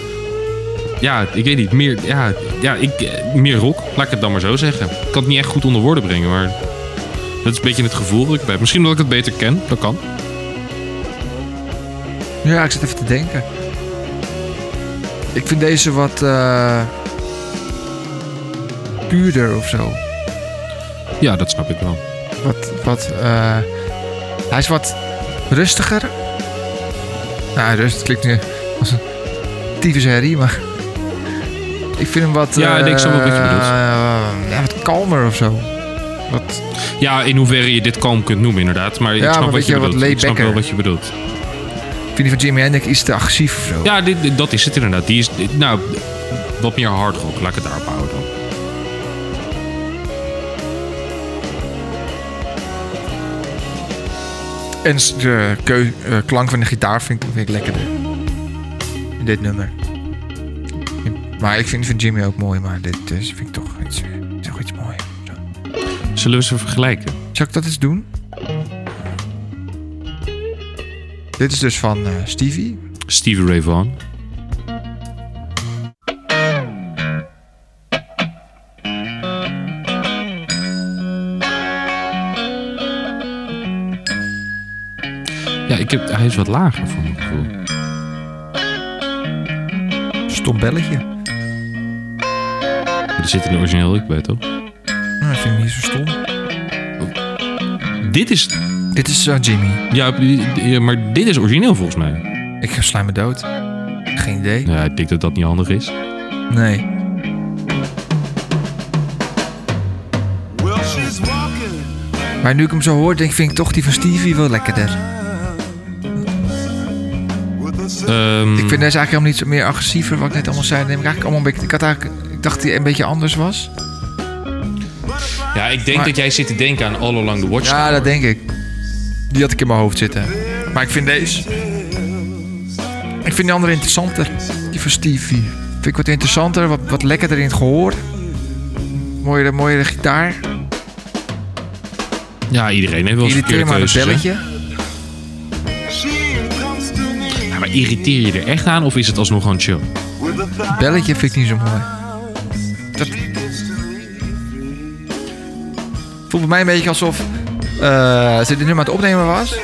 ja, ik weet niet. Meer, ja, ja, ik, eh, meer rock. Laat ik het dan maar zo zeggen. Ik kan het niet echt goed onder woorden brengen, maar... Dat is een beetje het gevoel dat ik heb. Misschien omdat ik het beter ken. Dat kan.
Ja, ik zit even te denken. Ik vind deze wat eh puurder of zo.
Ja, dat snap ik wel.
Wat, wat, eh, hij is wat rustiger. Nou, rust klinkt nu als een tyfusherrie, maar ik vind hem wat...
Ja, ik denk zo wel wat je bedoelt.
eh, ja, wat kalmer of zo. Wat,
Ja, in hoeverre je dit kalm kunt noemen, inderdaad. Maar ik
Ja,
snap
maar
wat
weet
je
je, wat
bedoelt. ik snap wel
laidbacker.
wat je bedoelt.
ik vind die van Jimi Hendrix iets te agressief of zo.
Ja, dit, dit- dat is het inderdaad. Die is, dit- nou, wat meer hard rock. Laat ik het daarop houden dan.
En s- de keu- eh, klank van de gitaar vind ik, vind ik lekkerder. In dit nummer. In Maar ik vind, vind Jimmy ook mooi, maar dit is, vind ik toch iets, toch iets moois. Zo.
Zullen we ze vergelijken?
Zal ik dat eens doen? Dit is dus van eh, Stevie.
Stevie Ray Vaughan. Ja, ik heb, hij is wat lager voor mijn gevoel.
Stom belletje.
Maar Er zit in de origineel ook bij, toch?
Nou, ik vind hem niet zo stom.
Dit is...
Dit is eh, Jimmy.
Ja, ja, maar dit is origineel volgens mij.
Ik sla me dood. Geen idee.
Ja, ik denk dat dat niet handig is.
Nee.
Well, she's walking.
Maar nu ik hem zo hoor, denk, ik, vind ik toch die van Stevie wel lekkerder.
With a sip
Ehm,
Ik vind deze eigenlijk helemaal niet zo meer agressiever, wat ik net allemaal zei. Neem ik eigenlijk allemaal een beetje. Ik, had eigenlijk, ik dacht dat die een beetje anders was.
Ja, ik denk
Maar-
dat jij zit te denken aan All Along the Watch.
Ja, dat denk ik. Die had ik in mijn hoofd zitten. Maar ik vind deze. Ik vind die andere interessanter. Die van Stevie. Vind ik wat interessanter, wat, wat lekkerder in het gehoor. Mooiere, mooiere gitaar.
Ja, iedereen heeft wel eens eh,
Irriteer
verkeerde
maar het
keuzes. hè?
belletje.
she comes to me
Ja, maar irriteer je er echt aan of is het alsnog gewoon chill?
with a thigh.
Belletje vind ik niet zo mooi. Dat voelt bij mij een beetje alsof eh, ze dit nummer aan het opnemen was.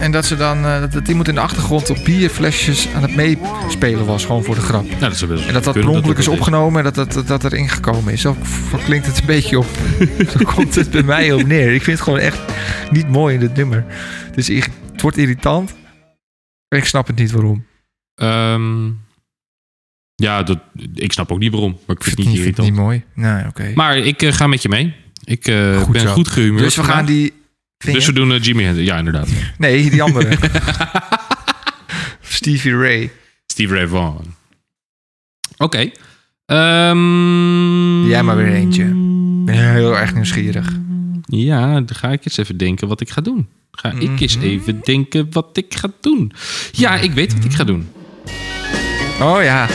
En dat ze dan, eh, dat die moet in de achtergrond op bierflesjes aan het meespelen was, gewoon voor de grap.
Nou, dat zou best
En dat dat per
kunnen,
ongeluk is
ook wel
opgenomen en dat dat, dat, dat erin gekomen is. Zo v- klinkt het een beetje op. Zo komt het bij mij op neer. Ik vind het gewoon echt niet mooi in dit nummer. Dus ik, het wordt irritant. En ik snap het niet waarom.
is. Ehm, ja, dat, ik snap ook niet waarom, maar ik
Ik
vind het niet
vind
irritant.
niet mooi. Nou, oké.
Maar ik eh, ga met je mee. Ik eh,
Goed
ben
zo.
goed gehumeurd.
Dus we gaan
vandaag.
die. vinger-
Dus we doen eh, Jimmy Hendrix. Ja, inderdaad.
Nee, die andere. Stevie Ray.
Steve Ray Vaughan. Oké. Ehm,
Jij maar weer eentje. Ik ben heel erg nieuwsgierig.
Ja, dan ga ik eens even denken wat ik ga doen. Ga ik eens even denken wat ik ga doen. Ja, ik weet wat ik ga doen.
Oh ja.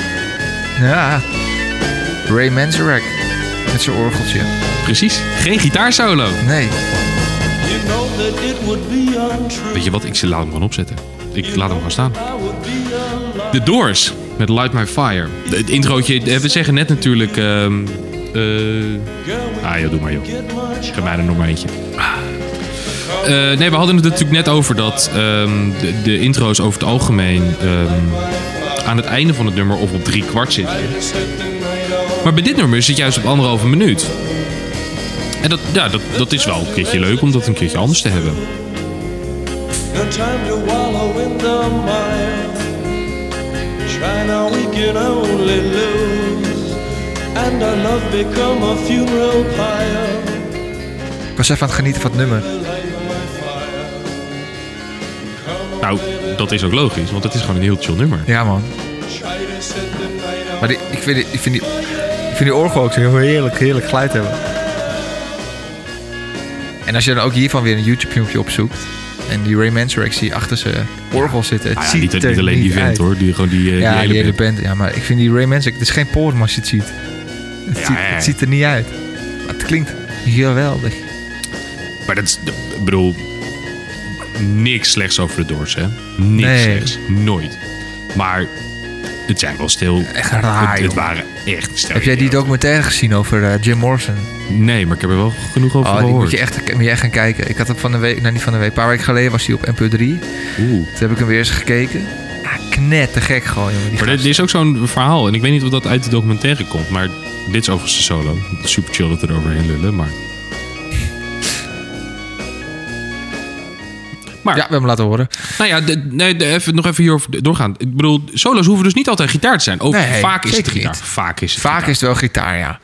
Ja. Ray Manzarek. Met zijn orgeltje.
Precies. Geen gitaarsolo.
Nee.
You know that it would be untrue.
Weet je wat? Ik laat hem gewoon opzetten. Ik laat hem gewoon staan.
I would be alive.
The Doors met Light My Fire. Het introotje, eh, we zeggen net natuurlijk... ehm, eh,
Girl, we
ah joh, doe maar joh.
get much
Geef mij er nog maar eentje. Eh, nee, we hadden het natuurlijk net over dat ehm, de, de intro's over het algemeen... ehm, aan het einde van het nummer of op drie kwart zitten. Maar bij dit nummer zit juist op anderhalve minuut. En dat, ja, dat, dat is wel een keertje leuk om dat een keertje anders te hebben.
No time to wallow in the mire. Try now, we can only lose. And our love become a funeral pyre.
Ik was even aan het genieten van het nummer.
Nou, dat is ook logisch, want het is gewoon een heel chill nummer.
Ja, man.
Try to set the night out.
Maar die, ik, vind, die- ik, vind die, ik vind die orgel ook zo heel heerlijk, heerlijk geluid hebben. En als je dan ook hiervan weer een YouTube-filmpje opzoekt. En die Ray Manzarek zie je achter zijn orgel zitten. Het
Ah ja,
ziet
niet,
er
niet alleen die
niet
vent
uit.
hoor, die, gewoon die, eh,
Ja,
die hele band.
Ja, maar ik vind die Ray Manzarek... Het is geen porno als je het ziet. Het,
Ja,
ziet,
ja, ja.
het ziet er niet uit. Maar het klinkt geweldig.
Maar dat is, ik bedoel, niks slechts over de Doors, hè? Niks
Nee.
slechts, nooit. Maar het zijn wel stil.
Echt raar,
Het, het
jongen.
waren echt stil.
Heb jij die documentaire gezien over eh, Jim Morrison?
Oh, Nee, maar ik heb er wel genoeg over
Oh, die
gehoord.
moet je, echt, moet je echt gaan kijken. Ik had hem van de week... Nou, niet van de week. Een paar weken geleden was hij op NPO 3.
Oeh.
Toen heb ik hem weer eens gekeken. Ah, knettergek gewoon, jongen. Die
Maar dit,
gast.
dit is ook zo'n verhaal. En ik weet niet of dat uit de documentaire komt. Maar dit is overigens de solo. Super chill dat we eroverheen lullen. Maar
Ja, we hebben hem laten horen.
Nou ja, de- nee, de- even, nog even hierover doorgaan. Ik bedoel, solo's hoeven dus niet altijd gitaar te zijn. Ook
Nee,
vaak is het
zeker
gitaar.
niet.
Vaak is het
Vaak
gitaar.
is het wel gitaar, ja.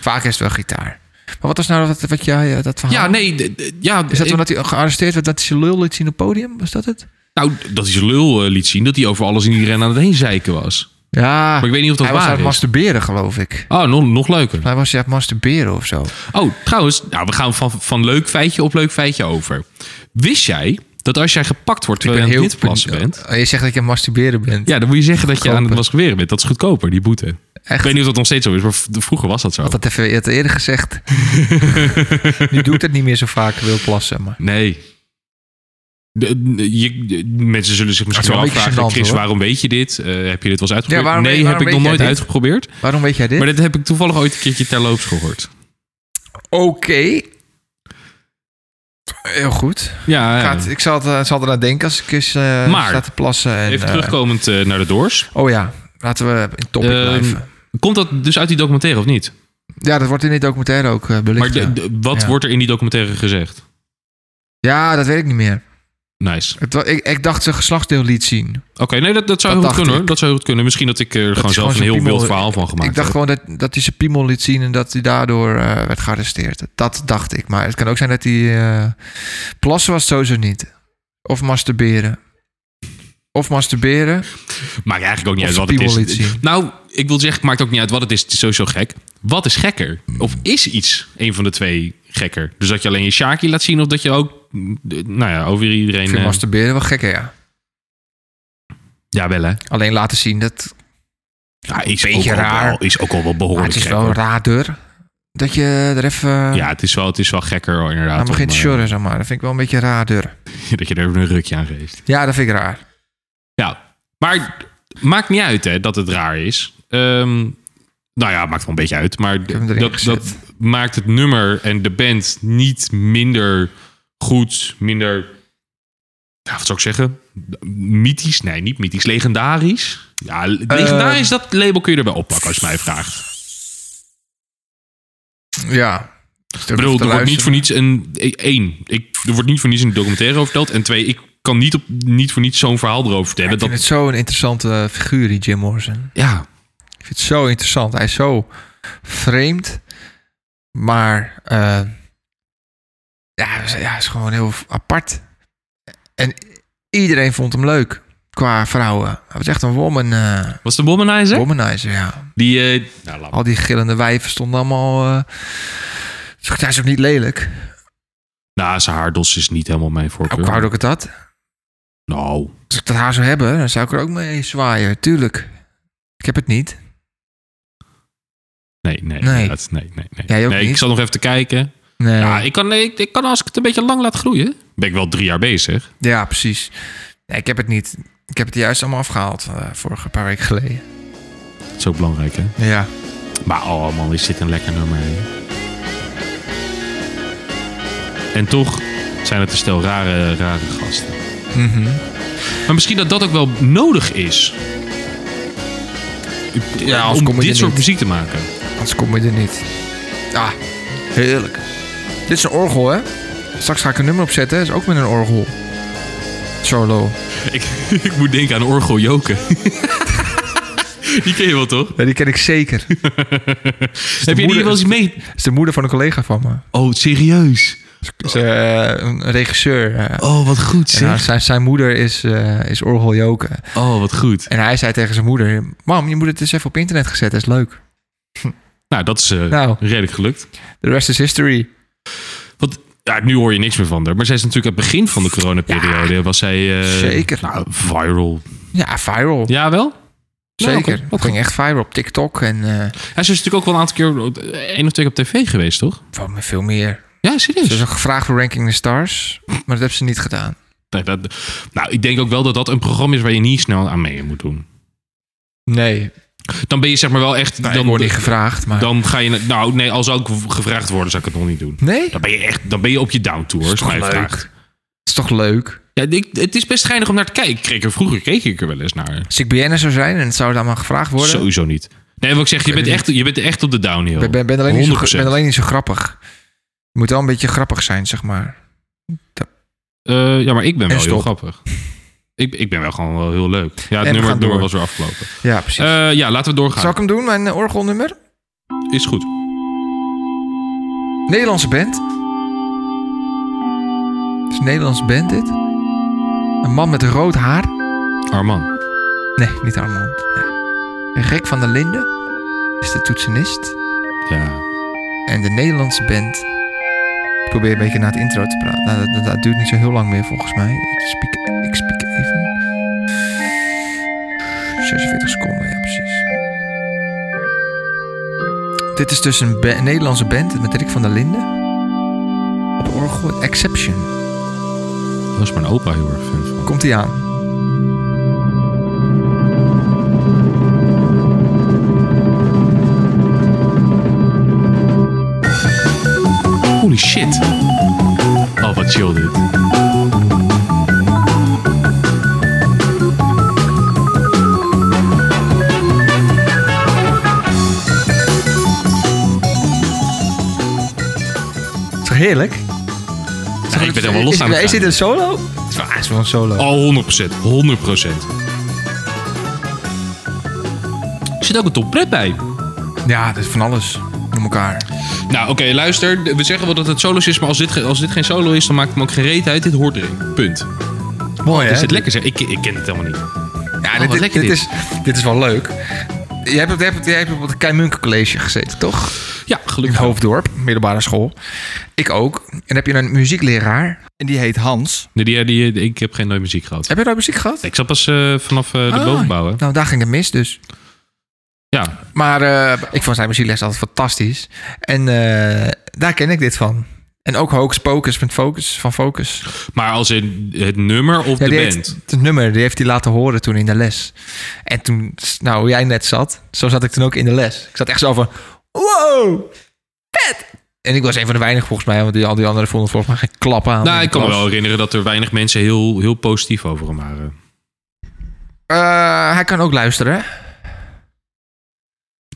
Vaak is het wel gitaar. Maar wat was nou dat, wat jij, eh, dat verhaal?
Ja, nee. de- de- ja,
Is dat
ik-
omdat hij gearresteerd werd dat hij zijn lul liet zien op het podium? Was dat het?
Nou, dat hij zijn lul eh, liet zien. Dat hij over alles en iedereen aan het heen zeiken was.
Ja.
Maar ik weet niet of dat
hij was
waar
aan het
is.
masturberen, geloof ik.
Oh, nog, nog leuker.
Hij was ja, aan het masturberen of zo. Dus
Oh, trouwens. Nou, we gaan van, van leuk feitje op leuk feitje over. Wist jij Dat als jij gepakt wordt terwijl je aan het plassen bent...
Oh, je zegt dat je aan het masturberen bent.
Ja, dan moet je zeggen dat je aan het
Goedkoper.
maskeren bent. Dat is goedkoper, die boete. Ik
Echt?
weet niet of dat nog steeds zo is, maar v- vroeger was dat zo.
Dat heb je eerder gezegd. nu doe ik dat niet meer zo vaak, wil plassen. Maar.
Nee. De- je, de- mensen zullen zich misschien
wel
wel
een beetje
afvragen,
gênant,
Chris,
hoor.
waarom weet je dit? Eh, heb je dit wel eens uitgeprobeerd?
Ja, waarom
nee,
weet- waarom
heb ik nog
weet
nooit
jij dit?
uitgeprobeerd.
Waarom weet jij dit?
Maar dit heb ik toevallig ooit een keertje terloops gehoord.
Oké. Heel goed.
Ja, ja.
Gaat, ik zal, het, eh, zal er aan denken als ik eens eh
Maar-
sta te plassen. En,
even
eh,
terugkomend eh, naar de Doors.
oh ja, laten we in topic
Ehm,
blijven.
Komt dat dus uit die documentaire of niet?
Ja, dat wordt in dit documentaire ook eh, belicht.
maar de-
ja.
de- wat
Ja.
wordt er in die documentaire gezegd?
Ja, dat weet ik niet meer.
Nice.
Het, wa- ik, ik dacht ze geslachtsdeel liet zien.
Oké, nee, dat, dat zou heel
Dat dacht
goed kunnen hoor.
ik.
Dat zou heel goed kunnen. Misschien dat ik eh, er gewoon zelf
is gewoon
een
zo'n
heel wild
piemel-
verhaal van gemaakt
ik dacht
heb.
gewoon dat, dat hij zijn piemel liet zien en dat hij daardoor eh, werd gearresteerd. Dat dacht ik. Maar het kan ook zijn dat hij... eh, plassen was sowieso niet. Of masturberen. Of masturberen.
Maakt eigenlijk ook niet
Of
uit
ze
wat het
piemel liet
is.
zien.
Nou, ik wil zeggen, het maakt ook niet uit wat het is. Het is sowieso gek. Wat is gekker? Of is iets een van de twee gekker? Dus dat je alleen je Shaki laat zien of dat je ook, mm, de- nou ja, over
Ik
iedereen...
vind
eh,
masturberen wel gekker, ja.
ja, wel hè?
Alleen laten zien dat...
Ja, is
Beetje
ook al
raar.
Wel, is ook al wel
Maar
behoorlijk
het is
gek,
wel
hoor.
raarder. Dat je er even
Ja, het is wel, het is wel gekker hoor, inderdaad.
aan begint te
om, eh,
sjorren, zeg maar. Dat vind ik wel een beetje raarder.
dat je er even een rukje aan geeft.
Ja, dat vind ik raar.
Ja, Nou, maar maakt niet uit hè, dat het raar is. Ehm, nou ja, het maakt wel een beetje uit. Maar
hem erin
dat,
gezet.
dat maakt het nummer en de band niet minder goed, minder... Ja, wat zou ik zeggen? Mythisch? Nee, niet mythisch. Legendarisch? Ja, legendarisch,
Eh,
dat label kun je er wel oppakken als je mij vraagt.
Ja.
Ik bedoel, er wordt niet voor niets een... e- Één, ik, er wordt niet voor niets een documentaire over verteld. En twee, ik kan niet, op, niet voor niets zo'n verhaal erover vertellen.
Ik vind
Dat,
het zo'n interessante figuur, die Jim Morrison.
ja,
Ik vind het zo interessant. Hij is zo vreemd. Maar eh, ja, hij is- ja, hij is gewoon heel apart. En iedereen vond hem leuk. Qua vrouwen. Hij was echt een woman, eh
was de Womanizer?
womanizer, ja.
Die, eh, nou, laat
Al die gillende wijven stonden allemaal... eh, dus hij is ook niet lelijk.
Nou, zijn haardos is niet helemaal mijn voorkeur.
Ook hou ik het dat.
Nou,
Als ik dat haar zou hebben, dan zou ik er ook mee zwaaien. Tuurlijk. Ik heb het niet.
nee, nee.
Nee.
Nee, nee, nee. nee.
Jij ook
nee ik
niet?
zal nog even te kijken.
Nee.
Ja, ik kan, nee, ik, ik kan als ik het een beetje lang laat groeien, ben ik wel drie jaar bezig.
Ja, precies. Nee, ik heb het niet. Ik heb het juist allemaal afgehaald eh, vorige paar weken geleden.
Dat is ook belangrijk, hè?
Ja.
Maar oh man, is dit een lekker nummer, hè? En toch zijn het een stel rare, rare gasten.
Mhm.
Maar misschien dat dat ook wel nodig is.
Ja, anders
om
kom je
dit
er
soort
niet.
muziek te maken.
Anders kom je er niet. Ja, heerlijk. Dit is een orgel, hè? Straks ga ik een nummer opzetten. Dat is ook met een orgel. Solo.
Ik, ik moet denken aan Orgel Joken. Die ken je wel, toch?
Ja, die ken ik zeker. Dat
Heb je die
moeder-
wel eens mee?
is de moeder van een collega van me.
Oh, serieus?
Dat is, eh, een regisseur. eh.
Oh, wat goed
en haar-
zeg.
zijn, zijn moeder is, eh is orgel Joke.
Oh, wat goed.
En hij zei tegen zijn moeder... Mam, je moet het eens even op internet gezet. Dat is leuk.
Nou, dat is eh,
Nou.
redelijk gelukt.
The rest is history.
Want ja, nu hoor je niks meer van haar. Maar zij is natuurlijk aan het begin van de coronaperiode. was zij eh,
Zeker.
Nou, viral.
Ja, viral.
Ja, wel?
Zeker.
Nou,
dat
wat
ging echt viral op TikTok en eh,
Ja, ze is natuurlijk ook wel een aantal keer eh, één of twee keer op tv geweest, toch?
wat me veel meer.
Ja,
Ze
serieus.
is ook gevraagd voor Ranking the Stars, maar dat hebben ze niet gedaan.
Nee, dat- nou, ik denk ook wel dat dat een programma is waar je niet snel aan mee moet doen.
Nee,
Dan ben je zeg maar wel echt...
ik
dan,
word niet gevraagd, maar...
dan ga je... Nou, nee, al zou ik gevraagd worden, zou ik het nog niet doen.
nee?
Dan ben je echt... Dan ben je op je down tour, als je mij vraagt.
is toch leuk?
Ja, ik, het is best geinig om naar te kijken. Ik Kreeg er, vroeger keek ik er wel eens naar.
Als ik BN'er zou zijn en het zou allemaal gevraagd worden...
Sowieso niet. Nee, wat ik zeg, je bent,
het
echt, je bent echt op de downhill.
Ik ben, ben, alleen niet zo,
100%.
ben alleen niet zo grappig. Je moet wel een beetje grappig zijn, zeg maar.
Eh, ja, maar ik ben wel heel
stop.
grappig. Ik, ik ben wel gewoon wel heel leuk. Ja,
we
het nummer,
gaan door.
nummer was weer afgelopen.
Ja, precies.
Eh, ja, laten we doorgaan.
Zal ik hem doen, mijn eh, orgelnummer?
Is goed.
Nederlandse band. Het is een Nederlandse band, dit. Een man met rood haar.
Arman.
Nee, niet Armand. Nee. Rick van der Linden is de toetsenist.
Ja.
En de Nederlandse band Ik probeer een beetje naar het intro te praten. Nou, dat, dat- dat duurt niet zo heel lang meer volgens mij. Ik spiek, ik spiek even. 46 seconden, ja precies. Dit is dus een, ba- een Nederlandse band met Rick van der Linden. Op orgel, Exception.
Dat is mijn opa heel erg fan van.
Komt hij aan.
Holy shit. Oh, wat chill dit.
Is toch heerlijk?
Ja, ik ben er wel los aan
Is,
het
is
gaan.
dit een solo? Het is wel een solo.
Oh, 100%. 100%. Er zit ook een toppret bij. Oh.
Ja, dat is van alles. Door elkaar.
Nou, oké, luister. We zeggen wel dat het solo's is, maar als dit, ge- als dit geen solo is, dan maakt het me ook geen reet uit. Dit hoort erin. Punt.
Mooi, hè?
Is het lekker? zeg? Ik, ik ken het helemaal niet. Oh,
Ja, dit,
wat
dit-
lekker
dit
dit.
Is, dit is wel leuk. Jij hebt, op- jij hebt, jij hebt op het Keimunke College gezeten, toch?
Ja,
In
gelukkig.
Hoofddorp, middelbare school. Ik ook. En dan heb je een muziekleraar. En die heet Hans.
Nee, die, die, ik heb geen nooit muziek gehad.
Heb je daar muziek gehad?
Ik zat pas eh, vanaf eh, de
Ah,
bovenbouw, hè?
Nou, daar ging het mis dus.
Ja.
Maar eh, ik vond zijn muziekles altijd fantastisch. En eh, daar ken ik dit van. En ook Hoax Pocus met Focus, van Focus.
Maar als in het nummer of
Ja, die
de
heeft-
band?
het nummer, die heeft hij laten horen toen in de les. En toen, nou, hoe jij net zat, zo zat ik toen ook in de les. Ik zat echt zo van, wow, vet! En ik was een van de weinigen volgens mij, want die, al die anderen vonden volgens mij geen klap aan. in
Nou,
de
ik kan me
klas.
wel herinneren dat er weinig mensen heel, heel positief over hem waren.
Eh, hij kan ook luisteren, hè?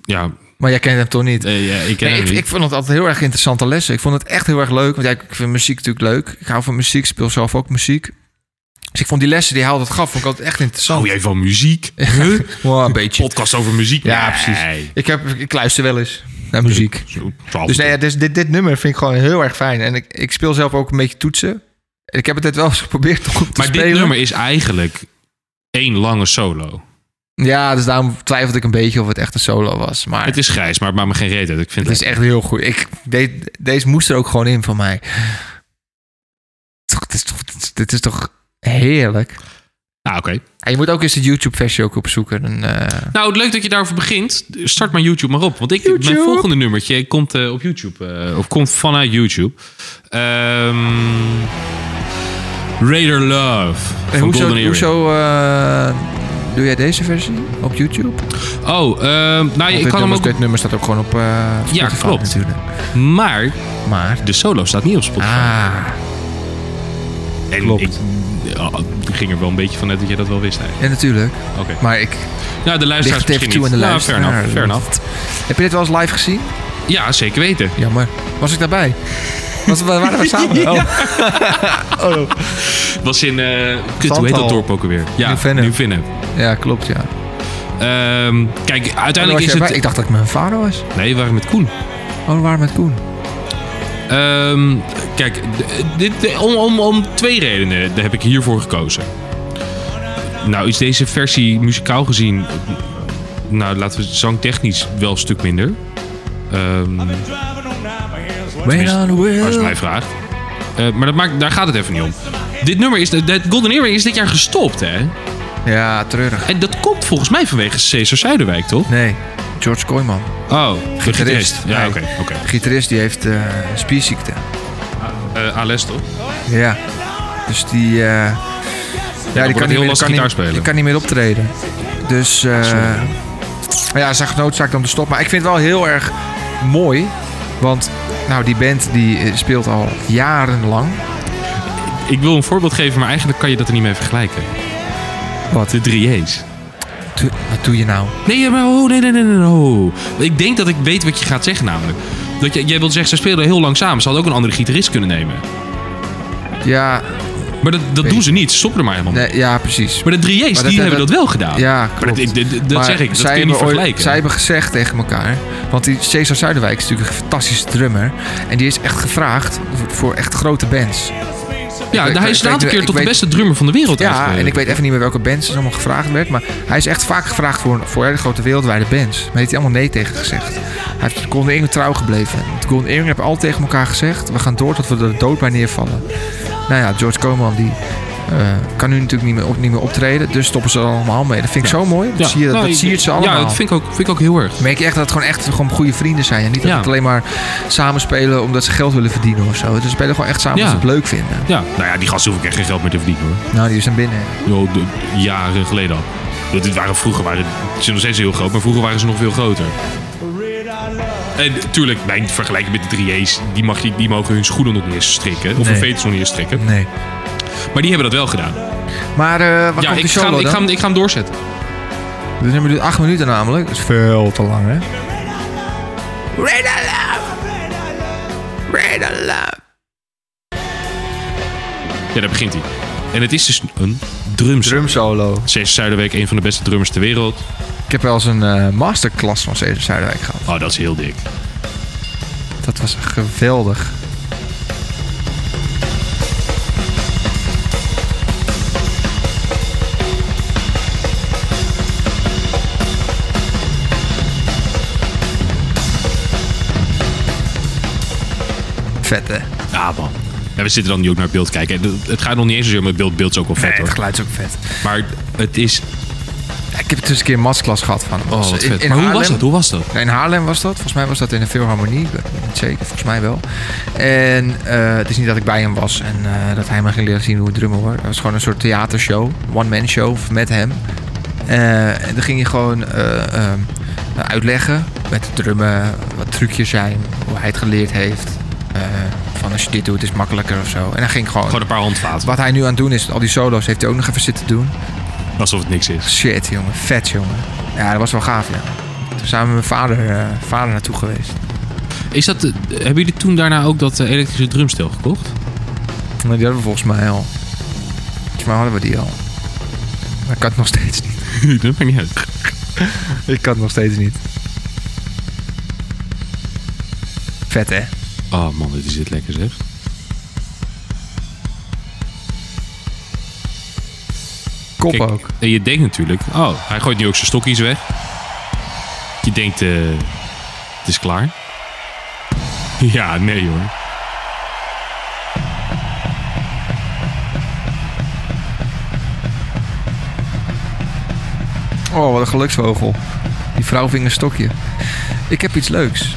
Ja,
maar jij kent hem toch niet?
eh, ja ik ken
Nee,
hem
ik,
niet.
ik vond het altijd heel erg interessante lessen. Ik vond het echt heel erg leuk. Want ja, ik vind muziek natuurlijk leuk. Ik hou van muziek, speel zelf ook muziek. Dus ik vond die lessen die hij altijd gaf, vond ik altijd echt interessant.
Hou Oh, jij van muziek? Huh?
Wow, een beetje.
Podcast over muziek?
Ja,
Nee.
precies. Ik, heb, ik luister wel eens naar muziek.
Zo, twaalf
Dus nee, ja, dus dit, dit nummer vind ik gewoon heel erg fijn. En ik, ik speel zelf ook een beetje toetsen. En Ik heb het net wel eens geprobeerd om te
Maar
spelen.
dit nummer is eigenlijk één lange solo.
Ja, dus daarom twijfelde ik een beetje of het echt een solo was. Maar
Het is grijs, maar het maakt me geen reet uit. Ik vind
Het is echt heel goed. Ik, de- deze moest er ook gewoon in van mij. Toch, dit, is toch, dit is toch heerlijk. Dus-
Nou, oké.
En je moet ook eens de YouTube-versie ook opzoeken. En, eh,
Nou, het leuk dat je daarover begint. Start maar YouTube maar op. Want ik,
YouTube.
mijn volgende nummertje komt eh, op YouTube. eh, of komt vanuit YouTube. Ehm Raider Love. Van
hoezo
Golden Earring.
hoezo eh, doe jij deze versie op YouTube?
Oh, ehm, nou,
Want
ik
dit
kan hem
nummer-
ook...
Dit nummer staat ook gewoon op eh Spotify
klopt.
natuurlijk.
Maar
Maar...
de solo staat niet op Spotify.
Ah,
en
klopt.
Ik, ja, ik ging er wel een beetje vanuit dat jij dat wel wist eigenlijk.
ja, natuurlijk.
Oké.
Maar ik
Nou, de luisteraars
ligt even
misschien
toe aan
niet.
de
Nou,
luisteraar.
fair enough, fair enough.
Heb je dit wel eens live gezien?
Ja, zeker weten.
Jammer. Was ik daarbij? Was, waren we samen? Oh.
Was in... eh kut, hoe heet
Zandhal.
dat dorp ook alweer? Ja,
Nieuw-Vennep.
Nieuw-Vennep.
Ja, klopt, ja.
Ehm, kijk, uiteindelijk
Was
is
jij bij-
het...
Ik dacht dat ik mijn vader was.
Nee, we waren met Koen.
Oh, we waren met Koen.
Ehm, kijk, d- dit, om, om, om twee redenen daar heb ik hiervoor gekozen. Nou, is deze versie muzikaal gezien, nou laten we zangtechnisch wel een stuk minder. Ehm,
When on the
als je
wheel.
mij vraagt. Eh, maar dat maakt, daar gaat het even niet om. Dit nummer is, dat Golden Earring is dit jaar gestopt, hè?
Ja, treurig.
En dat komt volgens mij vanwege Cesar Zuiderwijk, toch?
Nee, George Kooijman.
Oh, de
Gitarist.
gitarist. Ja,
Nee.
oké. oké.
De gitarist die heeft eh, spierziekte.
Eh, ALS, toch?
Ja. Dus die... eh, ja,
wordt het heel
meer-
lastig
kan
gitaar
niet,
spelen.
die kan niet meer optreden. Dus... eh, ja, zag noodzaak om te stoppen. Maar ik vind het wel heel erg mooi. Want nou, die band die eh, speelt al jarenlang.
Ik wil een voorbeeld geven, maar eigenlijk kan je dat er niet mee vergelijken.
Wat?
De 3E's.
Doe- wat doe je nou?
Nee, maar oh, nee, nee, nee, nee, oh. Ik denk dat ik weet wat je gaat zeggen namelijk. Dat jij, jij wilt zeggen, ze spelen heel lang samen. Ze hadden ook een andere gitarist kunnen nemen.
Ja,
Maar dat, dat doen ze niet. Ze stoppen er maar helemaal mee.
nee, ja precies.
Maar de 3J's,
dat-
die
dat-
hebben
dat-
dat wel gedaan.
Ja,
Maar dat,
klopt.
ik- dat- dat
Maar
zeg ik, dat
zij
kun je niet
hebben ooit-
vergelijken.
Zij hebben gezegd tegen elkaar, want die Cesar Zuiderwijk is natuurlijk een fantastische drummer. En die is echt gevraagd voor- voor echt grote bands.
Ja,
ik-
hij is
ik-
een aantal
ik- ik-
keer
ik
tot de
weet-
beste drummer van de wereld
Ja,
uitgeroepen.
en ik weet even niet meer welke bands er allemaal gevraagd werd. Maar hij is echt vaak gevraagd voor, voor hele grote wereldwijde bands. Maar heeft hij allemaal nee tegen gezegd. Hij heeft de Golden Earring trouw gebleven. De Golden Earring hebben al tegen elkaar gezegd... we gaan door tot we er dood bij neervallen. Nou ja, George Coleman die... eh, kan nu natuurlijk niet meer, op, niet meer optreden, dus stoppen ze er allemaal mee. Dat vind ik zo mooi. Dat,
Ja.
zie je,
Nou,
dat
ik-
siert ze allemaal.
Ja, dat vind ik ook, vind ik ook heel erg.
merk je echt dat het gewoon echt gewoon goede vrienden zijn. En niet dat
Ja.
het alleen maar samenspelen omdat ze geld willen verdienen of zo. Dus ze spelen gewoon echt samen
Ja.
omdat ze het leuk vinden.
Ja, nou ja, die gasten hoef ik echt geen geld meer te verdienen hoor.
Nou, die zijn binnen.
Yo, de- jaren geleden al. Want Dit waren, vroeger waren ze zijn nog steeds heel groot, maar vroeger waren ze nog veel groter. En natuurlijk, mijn vergelijking met de 3A's, die, mag je, die mogen hun schoenen nog niet eens strikken. Of hun
Nee.
veters nog niet eens strikken.
Nee.
Maar die hebben dat wel gedaan.
Maar eh wat
ja,
komt
ik
die solo
ga, hem- ik,
dan?
ga, hem- ik ga hem doorzetten.
Dit nummer duurt 8 minuten namelijk. Dat is veel te lang, hè? Red Alarm! Red Alarm!
Ja, daar begint hij. En het is dus een drums.
Drum solo.
Cesar Zuiderwijk, een van de beste drummers ter wereld.
Ik heb wel eens een eh, masterclass van Cesar Zuiderwijk gehad.
Oh, dat is heel dik.
Dat was geweldig. Vet, hè?
Ja, man. Ja, we zitten dan nu ook naar het beeld kijken. Het- Het gaat nog niet eens zozeer om het beeld. Beeld is ook wel vet
Nee, Oh, het
hoor.
geluid is ook vet.
Maar het is...
Ja, ik heb dus een keer een masterclass gehad van. hem.
Oh,
Dus
wat
in-
vet.
in
maar hoe was
Haarlem-
dat? Hoe was dat?
Nee, In Haarlem was dat. Volgens mij was dat in de Philharmonie. Ik weet het niet zeker, volgens mij wel. En eh, het is niet dat ik bij hem was en eh, dat hij me ging leren zien hoe het drummen hoor. Het was gewoon een soort theatershow, one-man show met hem. Eh, en dan ging je gewoon eh, ehm, uitleggen met de drummen wat trucjes zijn, hoe hij het geleerd heeft. Eh, van als je dit doet is het makkelijker of zo. En dan ging gewoon.
Gewoon een paar handvaten.
Wat hij nu aan het doen is, al die solo's heeft hij ook nog even zitten doen.
Alsof het niks is.
Shit, jongen. Vet, jongen. Ja, dat was wel gaaf, ja. Toen zijn we met mijn vader, eh, vader naartoe geweest.
is dat eh, hebben jullie toen daarna ook dat eh, elektrische drumstel gekocht?
Maar die hadden we volgens mij al. Volgens mij hadden we die al. Maar ik kan het nog steeds niet.
dat maakt niet uit.
Ik kan het nog steeds niet. Vet, hè?
Oh man, dit is dit lekker zeg.
Kop
Kijk,
ook.
En je denkt natuurlijk... Oh, hij gooit nu ook zijn stokjes weg. Je denkt... eh, het is klaar. Ja, nee hoor.
Oh, wat een geluksvogel. Die vrouw ving een stokje. Ik heb iets leuks.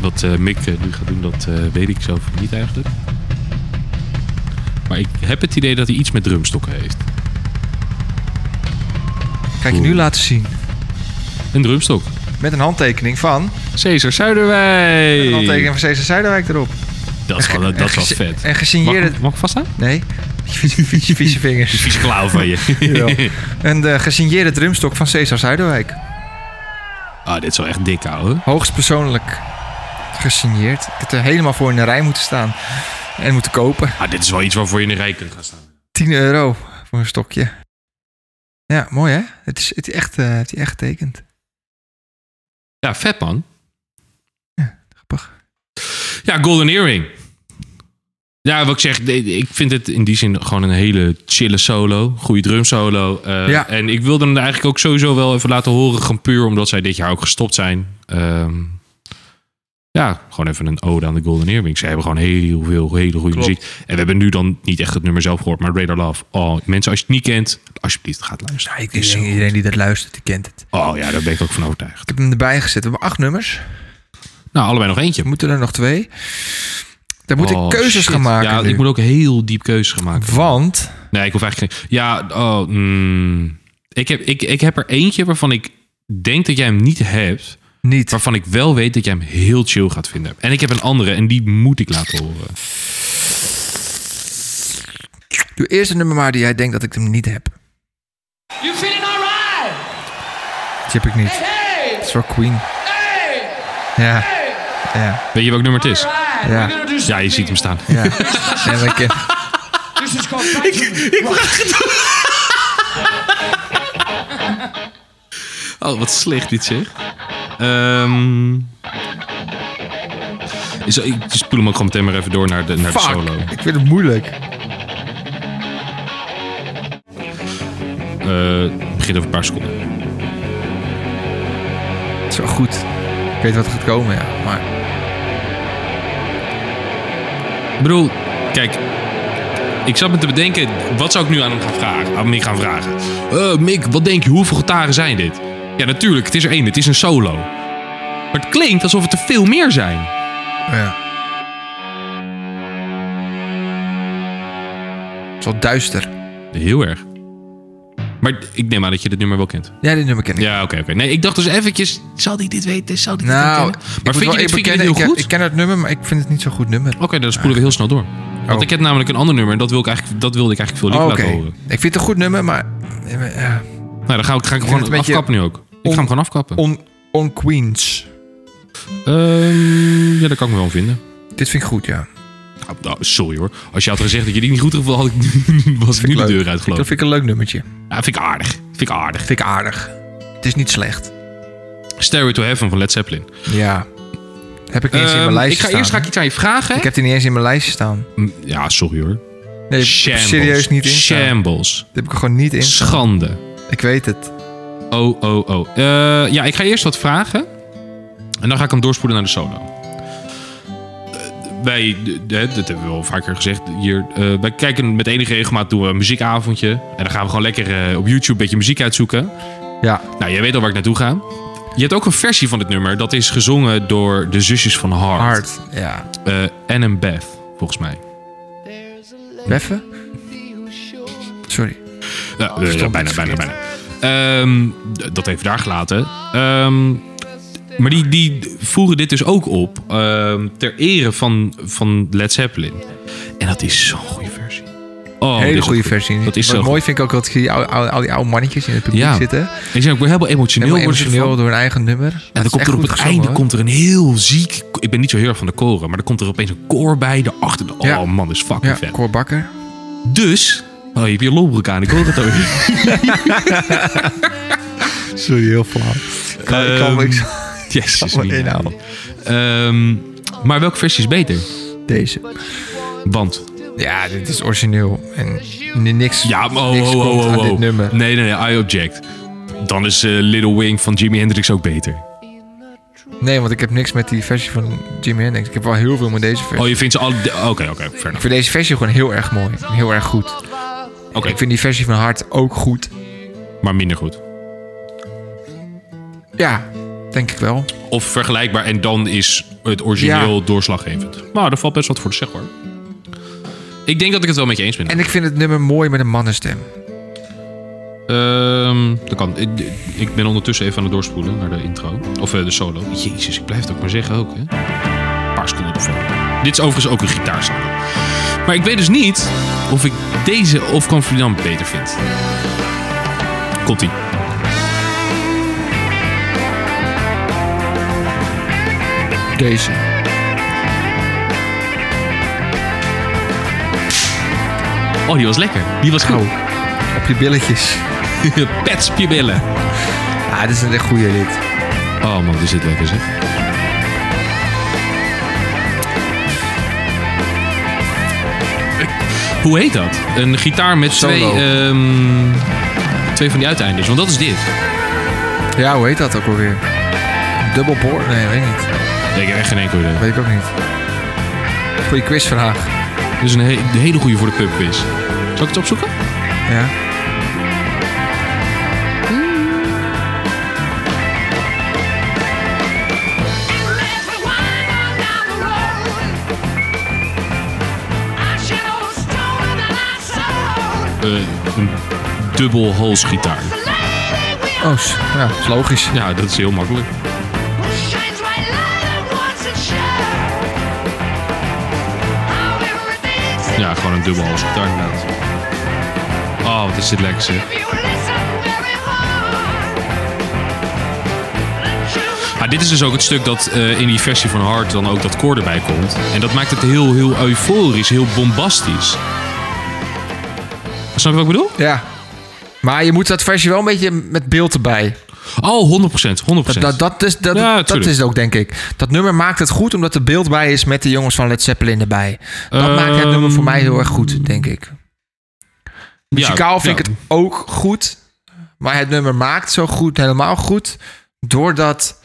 Wat eh, Mick eh, nu gaat doen, dat eh, weet ik zelf niet eigenlijk. Maar ik heb het idee dat hij iets met drumstokken heeft.
Ga ik je nu laten zien.
Een drumstok.
Met een handtekening van...
Cesar
Een handtekening
Zuiderwijk.
van Cesar Zuiderwijk erop.
Dat is wel, dat is wel
En gese-
vet.
En
Mag,
gesigneerde...
ik- mag ik vaststaan?
Nee. Vieze vieze vingers.
Vieze klauw van je.
Jawel. Een eh, gesigneerde drumstok van Cesar Zuiderwijk.
Ah, dit is wel echt dik, ouwe.
Hoogst persoonlijk gesigneerd. Ik had er helemaal voor in de rij moeten staan. En moeten kopen.
Ah, dit is wel iets waarvoor je in de rij kunt gaan staan.
10 euro voor een stokje. Ja, mooi hè? Het is, het is echt, eh heeft hij echt getekend.
Ja, vet man.
Grappig.
Ja, Golden Earring. Ja, wat ik zeg, de- ik vind het in die zin gewoon een hele chille solo. Goede drumsolo. Eh,
Ja.
En ik wilde hem eigenlijk ook sowieso wel even laten horen. Gewoon puur omdat zij dit jaar ook gestopt zijn. Ehm, ja, gewoon even een ode aan de Golden Earring. Ze hebben gewoon heel veel hele goede
Klopt.
muziek. En we hebben nu dan niet echt het nummer zelf gehoord, maar Radar Love. Oh, mensen, als je het niet kent, alsjeblieft, gaat luisteren.
Ah, ik
denk dat
iedereen die dat luistert, die kent het.
Oh ja, daar ben ik ook van overtuigd.
Ik heb hem erbij gezet. We hebben acht nummers.
Nou, allebei nog eentje.
Er moeten er nog twee. Daar moet
Oh,
ik keuzes
shit.
gaan maken.
Ja,
nu.
ik moet ook heel diep keuzes gaan maken.
Want
Nee, ik hoef eigenlijk geen... Ja, oh, mm. ik, heb, ik, ik heb er eentje waarvan ik denk dat jij hem niet hebt.
niet.
Waarvan ik wel weet dat jij hem heel chill gaat vinden. En ik heb een andere en die moet ik laten horen.
Doe eerst een nummer maar die jij denkt dat ik hem niet heb.
You feeling alright?
Die heb ik niet.
Hey,
Het is wel Queen.
hey,
Ja. Ja.
Weet je welk nummer het is?
alright.
Ja.
We're gonna do
Ja, je
something.
ziet hem staan.
ja. En dan ken-
This is called Viking.
Ik vraag het Oh, wat slecht dit zeg. Ehm is, ik spoel hem ook gewoon meteen maar even door naar de, naar de
Fuck,
solo.
ik vind het moeilijk.
Eh begint over een paar seconden.
Het is wel goed. Ik weet wat er gaat komen, ja. Maar
Ik bedoel, kijk. Ik zat me te bedenken, wat zou ik nu aan hem gaan vragen? Aan Mick gaan vragen. Eh, Mick, wat denk je, hoeveel gitaren zijn dit? Ja, natuurlijk, het is er één, het is een solo. Maar het klinkt alsof het er veel meer zijn.
ja. Het is wel duister.
Heel erg. Maar ik neem aan dat je dit nummer wel kent.
Ja, dit nummer ken ik.
Ja, oké, oké. Nee, ik dacht dus eventjes, zal hij dit weten? Zal hij
Nou,
dit kennen?
ik
Maar
moet
vind
wel
je, dit, vind
even
je dit
bekennen,
heel
ik, ken-
goed?
Ik ken het nummer, maar ik vind het niet zo'n goed nummer.
Oké, dan spoelen we heel snel door. Want
Oh.
ik heb namelijk een ander nummer en dat, wil ik eigenlijk, dat wilde ik eigenlijk veel
Oh,
liever
Oké.
laten horen.
Ik vind het een goed nummer, maar eh,
Nou, dan ga ik, ga ik,
vind het
gewoon
een beetje
afkappen nu ook. Ik
on-
ga hem gewoon afkappen.
on, on Queens.
Ehm, ja, daar kan ik me wel aan vinden.
Dit vind ik goed, ja.
Nou, nou, sorry hoor. Als je had gezegd dat je die niet goed gevoel had, ik nu- was ik nu de
Leuk.
deur uit geloof
Dat
ik.
vind ik een leuk nummertje.
Ja, vind ik aardig. Vind ik aardig.
Vind ik aardig. Het is niet slecht.
Stairway to Heaven van Led Zeppelin.
Ja. Heb ik niet eens in
Ehm,
mijn lijstje
ik ga
staan.
eerst ga ik iets aan je vragen. hè?
Ik heb die niet eens in mijn lijstje staan.
Mm, Ja, sorry hoor.
Nee, ik heb er
Shambles.
serieus niet in staan.
Shambles.
Dat heb ik er gewoon niet in. staan.
Schande.
Ik weet het.
Oh, oh, oh. Eh, ja, ik ga eerst wat vragen. En dan ga ik hem doorspoelen naar de solo. Eh, Wij, de- de- dat hebben we al vaker gezegd hier. eh, wij kijken met enige regelmaat doen we een muziekavondje. En dan gaan we gewoon lekker eh, op YouTube een beetje muziek uitzoeken.
Ja.
Nou, jij weet al waar ik naartoe ga. Je hebt ook een versie van dit nummer. Dat is gezongen door de zusjes van Hart.
Hard. Ja.
Eh, en een Beth, volgens mij.
Beffen? Sorry. Oh,
Ja, eh, ja, bijna, bijna, bijna. Ehm, d- dat even daar gelaten. Ehm, maar die, die voeren dit dus ook op ehm, ter ere van, van Led Zeppelin. En dat is zo'n goede versie. Oh, dit
Hele
is
goede
ook goed.
versie.
Dat is
Wat
zo
mooi vind ik ook dat ik zie al, al, al die oude mannetjes in het publiek
Ja.
zitten.
goed. En ze zijn ook weer helemaal emotioneel.
Heel
worden ze ervan.
emotioneel door hun eigen nummer. Maar
En
het
dan
is
komt
echt
er op het
goed gezongen,
einde
hoor.
komt er een heel ziek... Ik ben niet zo heel erg van de koren, maar er komt er opeens een koor bij. Daarachter, oh
Ja.
man, dat is fucking
Ja,
vet.
Cor Bakker.
Dus... Oh, je hebt je lolbroek aan, ik hoor het alweer.
Sorry, heel flauw. Ik kan- ik kan
Ehm,
me- ik-
Yes, is
Oh,
niet
inhoud.
Ehm, maar welke versie is beter?
Deze.
Want.
Ja, dit is origineel. En ni- niks,
Ja, maar oh,
niks
oh,
komt
oh,
aan
oh,
dit
oh.
nummer.
Nee, nee, nee, I object. Dan is eh, Little Wing van Jimi Hendrix ook beter.
Nee, want ik heb niks met die versie van Jimi Hendrix. Ik heb wel heel veel met deze versie.
Oh, je vindt ze al. de- Oké, oké, fair
Ik
enough.
vind deze versie gewoon heel erg mooi. en Heel erg goed.
Oké,
Ik vind die versie van Hart ook goed.
maar minder goed.
Ja, denk ik wel.
Of vergelijkbaar en dan is het origineel doorslaggevend. Nou, daar valt best wat voor te zeggen hoor. Ik denk dat ik het wel met je eens ben.
En ik vind het nummer mooi met een mannenstem.
Ehm, dat kan. Ik, ik ben ondertussen even aan het doorspoelen naar de intro. Of eh, de solo. Jezus, ik blijf het ook maar zeggen ook, hè. Een paar seconden ervoor. Dit is overigens ook een gitaarsolo. Maar ik weet dus niet of ik deze of Confidant beter vind. Komt-ie.
Deze.
Oh, die was lekker. Die was goed.
Gauw. Op je billetjes.
Pets op je billen.
Ah, dit is een echt goede lied.
Oh man, is dit lekker zeg. Hoe heet dat? Een gitaar met
Solo.
twee, ehm, twee van die uiteinders. Want dat is dit.
Ja, hoe heet dat ook alweer? Dubbelboor? Nee, weet ik niet.
Nee, ik heb echt geen enkel idee.
Weet ik ook niet. Goeie quizvraag.
Dit is een, he- een hele goede voor de pubquiz. Zal ik het opzoeken?
Ja.
Eh, een dubbel halsgitaar.
Oh, s- ja, is logisch.
Ja, dat is heel makkelijk. Ja, gewoon een dubbel halsgitaar inderdaad. Oh, wat is dit lekker zeg. Maar dit is dus ook het stuk dat eh, in die versie van Hart dan ook dat koor erbij komt. En dat maakt het heel, heel euforisch, heel bombastisch. Snap je wat ik bedoel?
Ja. Maar je moet dat versje wel een beetje met beeld erbij.
Oh, 100%. 100%.
Dat, dat, is, dat,
Ja,
dat
tuurlijk.
is het ook, denk ik. Dat nummer maakt het goed omdat er beeld bij is met de jongens van Led Zeppelin erbij. Dat maakt het
Ehm,
nummer voor mij heel erg goed, denk ik. Muzikaal
ja.
vind ik het ook goed. Maar het nummer maakt zo goed, helemaal goed. Doordat, het,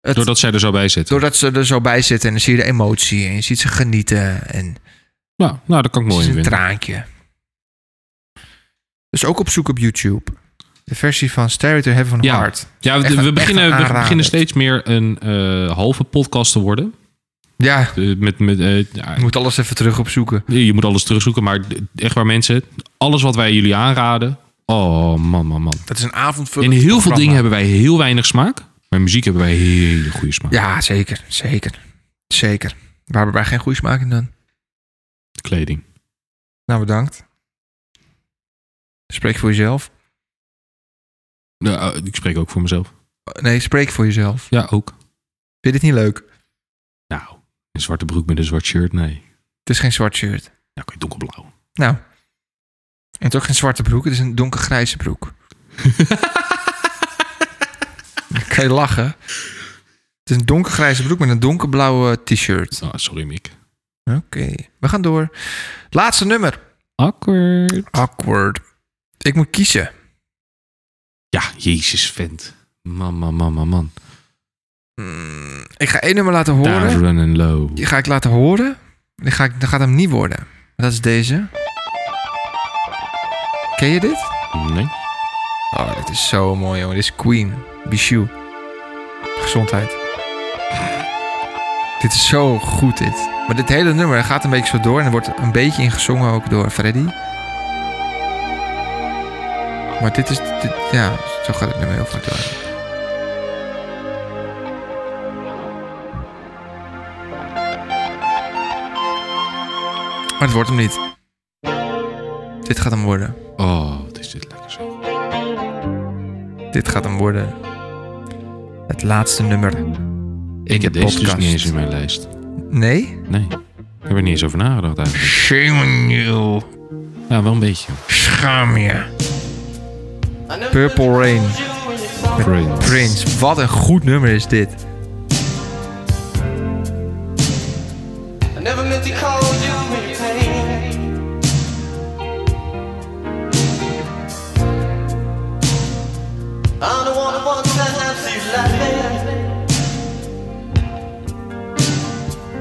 doordat,
Doordat zij er zo bij zit.
ze er zo bij zitten. En dan zie je de emotie. En je ziet ze genieten. En
Nou, nou, dat kan ik
het
mooi
is
in
een
vinden.
traantje. Dus ook op zoek op YouTube. De versie van Stairway to Heaven
Ja.
Heart.
Ja,
Echt
we,
een-
we
echt een
beginnen, we
aanrader.
beginnen steeds meer een eh, halve podcast te worden.
Ja,
Eh, met, met, eh, ja,
je moet alles even terug opzoeken.
je moet alles terugzoeken, maar echt waar mensen, alles wat wij jullie aanraden. Oh man, man, man.
Dat is een avondvulling.
In heel veel dingen hebben wij heel weinig smaak. Maar in muziek hebben wij hele goede smaak.
Ja, zeker. Zeker. Zeker. Waar hebben wij geen goede smaak in dan?
Kleding.
Nou, bedankt. Spreek voor jezelf.
Nou, eh, ik spreek ook voor mezelf.
Nee, spreek voor jezelf.
Ja, ook.
Vind je dit niet leuk?
Nou, een zwarte broek met een zwart shirt, nee.
Het is geen zwart shirt.
Nou, kun je donkerblauw.
Nou. En toch geen zwarte broek, het is een donkergrijze broek. Dan kan je lachen. Het is een donkergrijze broek met een donkerblauwe t-shirt.
Ah, sorry, Mick.
Oké, we gaan door. Laatste nummer.
Awkward.
Awkward. Ik moet kiezen.
Ja, jezus, vent. Man, man, man, man, man.
Ik ga één nummer laten horen.
Down, run and low.
Die ga ik laten horen. Die ga ik, dat gaat hem niet worden. Dat is deze. Ken je dit?
Nee?
Oh, dit is zo mooi, jongen. Dit is Queen. Bichou. Gezondheid. Dit is zo goed, dit. Maar dit hele nummer gaat een beetje zo door. En er wordt een beetje ingezongen ook door Freddy. Maar dit is... dit- ja, zo gaat het nummer heel vaak door. Maar het wordt hem niet. Dit gaat hem worden.
Oh, wat is dit lekker zo.
Dit gaat hem worden. Het laatste nummer.
Ik heb
de
deze dus
podcast.
niet eens in mijn lijst.
Nee?
Nee. Ik heb er niet eens over nagedacht eigenlijk.
Shame on you.
Ja, Nou, wel een beetje.
Schaam je. Purple Rain.
Prince.
Prince. Wat een goed nummer is dit.
I never meant to cause you any pain. I'm the one who wants to have you laughing.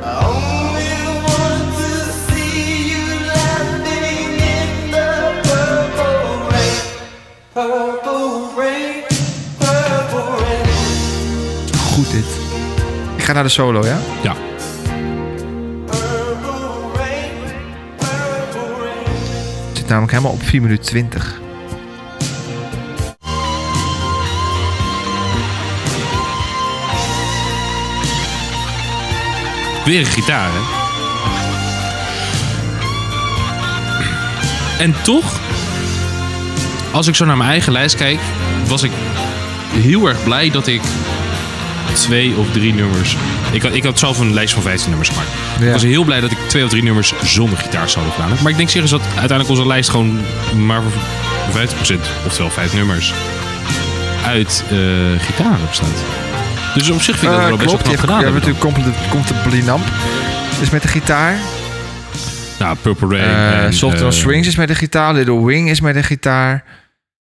I only want to see you laughing in the purple rain, purple rain, purple rain.
Goed dit. Ik ga naar de solo, ja?
Ja.
Purple rain, purple rain.
Het zit namelijk helemaal op 4 minuten 20.
Weer een gitaar, hè? En toch, als ik zo naar mijn eigen lijst kijk, was ik heel erg blij dat ik twee of drie nummers. Ik had, ik had zelf een lijst van 15 nummers gemaakt.
Ja.
Ik was heel blij dat ik twee of drie nummers zonder gitaar zou hebben gedaan. Maar ik denk serieus dat uiteindelijk onze lijst gewoon maar voor 50%, oftewel vijf nummers, uit eh gitaren bestaat. Dus op zich vind ik dat
Eh,
wel best wel knap
klopt, je hebt,
gedaan.
je hebt
hebben dan.
natuurlijk compli- komt de Blinamp. Is met de gitaar.
Nou, Purple Rain.
Eh
en,
Soft on
eh,
Swings is met de gitaar. Little Wing is met de gitaar.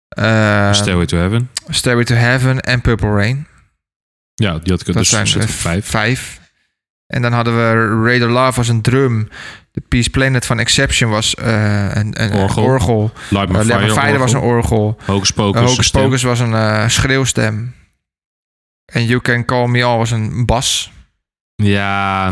Eh
Stairway to Heaven.
Stairway to Heaven en Purple Rain.
Ja, die had ik
Dat
dus
zijn
zet
er
ik op vijf.
vijf. En dan hadden we Raider Love was een drum. De Peace Planet van Exception was eh, een, een
Orgel.
orgel. orgel.
Light My
Eh, Lemon
Fire,
Fire was een
orgel.
orgel.
Hocus
Eh,
Pocus.
Hocus
stem.
Pocus was een eh, schreeuwstem. En You Can Call Me All was een basgitaar.
Ja,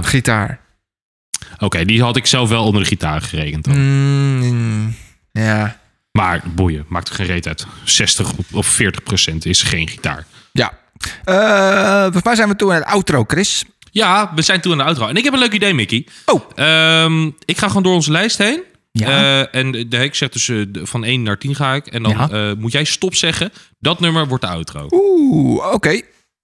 oké, die had ik zelf wel onder de gitaar gerekend. dan.
Mm, ja.
Maar boeien, maakt er geen reet uit. 60 of 40 procent is geen gitaar.
Ja. Eh, volgens mij zijn we toe aan het outro, Chris.
Ja, we zijn toe aan de outro. En ik heb een leuk idee, Mickey.
Oh.
Ehm, ik ga gewoon door onze lijst heen.
Ja.
Eh, en de, ik zeg dus eh, de- van 1 naar 10 ga ik. En dan
Ja.
eh, moet jij stop zeggen. Dat nummer wordt de outro.
Oeh, oké.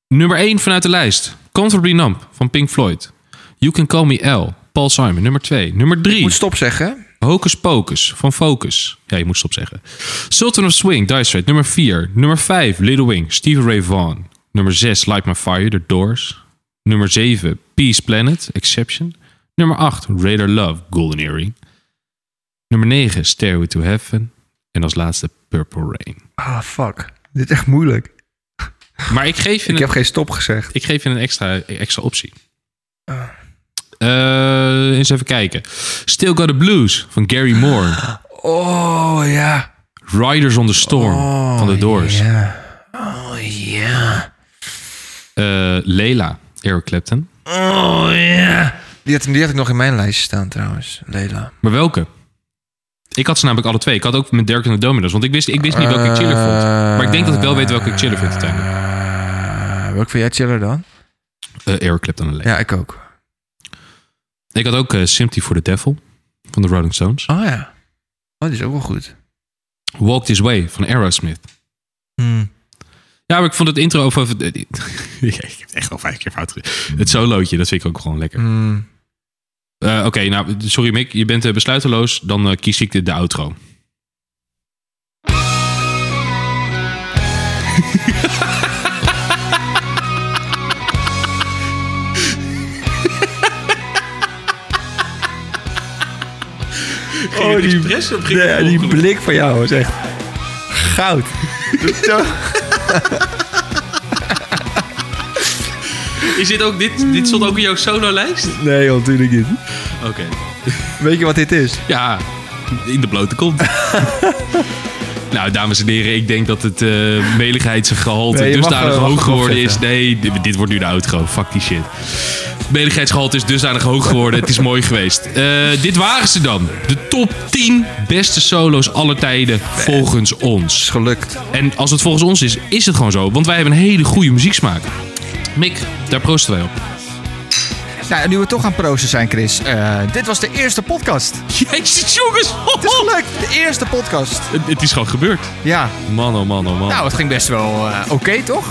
Nummer 1 vanuit de lijst. Comfortably Numb van Pink Floyd. You Can Call Me L. Paul Simon. Nummer 2. Nummer
Moet
3.
stop zeggen.
Hocus Pocus van Focus. Ja, je moet stop zeggen. Sultan of Swing, Dire Straits. Nummer 4. Nummer 5, Little Wing, Steve Ray Vaughan. Nummer 6, Light My Fire, The Doors. Nummer 7, Peace Planet, Exception. Nummer 8, Radar Love, Golden Earring. Nummer 9, Stairway to Heaven. En als laatste, Purple Rain.
Ah, fuck. Dit is echt moeilijk.
Maar ik geef je
Ik
een,
heb geen stop gezegd.
ik geef je een extra, extra optie. Eh, eens even kijken. Still Got the Blues van Gary Moore.
Oh, ja.
Riders on the Storm van The Doors.
Ja. Oh, ja.
Eh, Lela, Eric Clapton.
Oh, ja. Die had, die had ik nog in mijn lijstje staan, trouwens. Lela.
Maar welke? Ik had ze namelijk alle twee. Ik had ook met Dirk en de Domino's. Want ik wist, ik wist niet welke ik chiller vond. Maar ik denk dat ik wel weet welke ik chiller vind uiteindelijk.
Eh, welke vind jij chiller dan?
Eh, Eric Clapton en Lela.
Ja, ik ook.
Ik had ook eh Sympathy for the Devil van de Rolling Stones.
Oh, ja. Oh, die is ook wel goed.
Walk This Way van Aerosmith.
Hmm.
Ja, maar ik vond het intro over... eh, die- ik heb het echt al vijf keer fout gedaan. Het solootje, dat vind ik ook gewoon lekker.
Hmm.
Eh, Oké, nou, sorry Mick, je bent eh, besluiteloos. Dan eh, kies ik de, de outro.
Oh, die, ja, die blik van jou is echt goud.
Is dit ook dit? Dit stond ook in jouw solo-lijst?
nee, joh, natuurlijk niet.
Oké.
Weet je wat dit is?
Ja, in de blote kont. nou, dames en heren, ik denk dat het eh meligheids- en gehalte
Nee, je mag,
dusdanig
eh, mag
hoog
hem
geworden is.
opzetten.
Nee, dit, dit wordt nu de outro. Fuck die shit. Meligheidsgehalte is dusdanig hoog geworden. het is mooi geweest. Eh, dit waren ze dan. De top 10 beste solo's aller tijden volgens ons.
Is gelukt.
En als het volgens ons is, is het gewoon zo. Want wij hebben een hele goede muzieksmaak. Mick, daar proosten wij op.
Nou, nu we toch aan proosten zijn, Chris. eh, dit was de eerste podcast.
Jezus, jongens.
Het is gelukt. De eerste podcast.
Het, het is gewoon gebeurd.
Ja.
Man, oh man, oh man.
Nou, het ging best wel eh, oké, toch?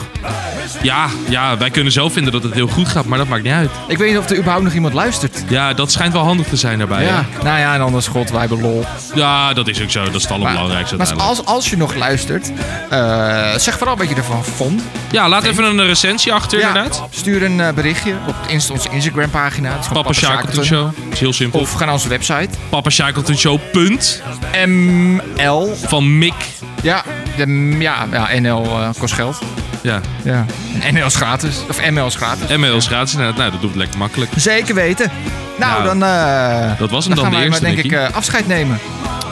Ja, ja, wij kunnen zelf vinden dat het heel goed gaat, maar dat maakt niet uit.
Ik weet niet of er überhaupt nog iemand luistert.
Ja, dat schijnt wel handig te zijn daarbij.
Ja.
hè?
Nou ja, en anders, god, wij hebben lol.
ja dat is ook zo. Dat is het allerbelangrijkste
maar
uiteindelijk.
als, als je nog luistert, eh, zeg vooral wat je ervan vond.
Ja, laat even een eh, recensie achter inderdaad.
Stuur een eh, berichtje op inst- onze Instagram pagina.
Papa Shackleton Show. Dat is heel simpel.
Of ga naar onze website.
Papa Shackleton Show. Punt.
ML.
Van Mick.
Ja, de, ja, ja NL eh, kost geld.
Ja,
Ja. En NL is gratis. Of ML is gratis.
en mails gratis inderdaad. Nou, dat doet het lekker makkelijk.
Zeker weten. Nou,
Nou,
dan, eh,
dat was hem dan,
gaan
de
wij
eerste,
maar, denk
Mickey.
ik, eh, afscheid nemen.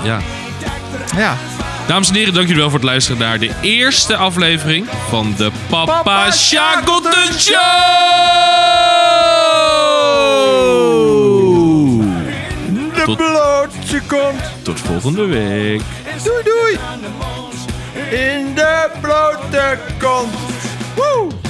Ja.
Ja.
Dames en heren, dank jullie wel voor het luisteren naar de eerste aflevering van de Papa,
Papa
Shackleton Show!
De
Tot-
blootje komt.
Tot volgende week.
Doei, doei. In de blote kont. Woe.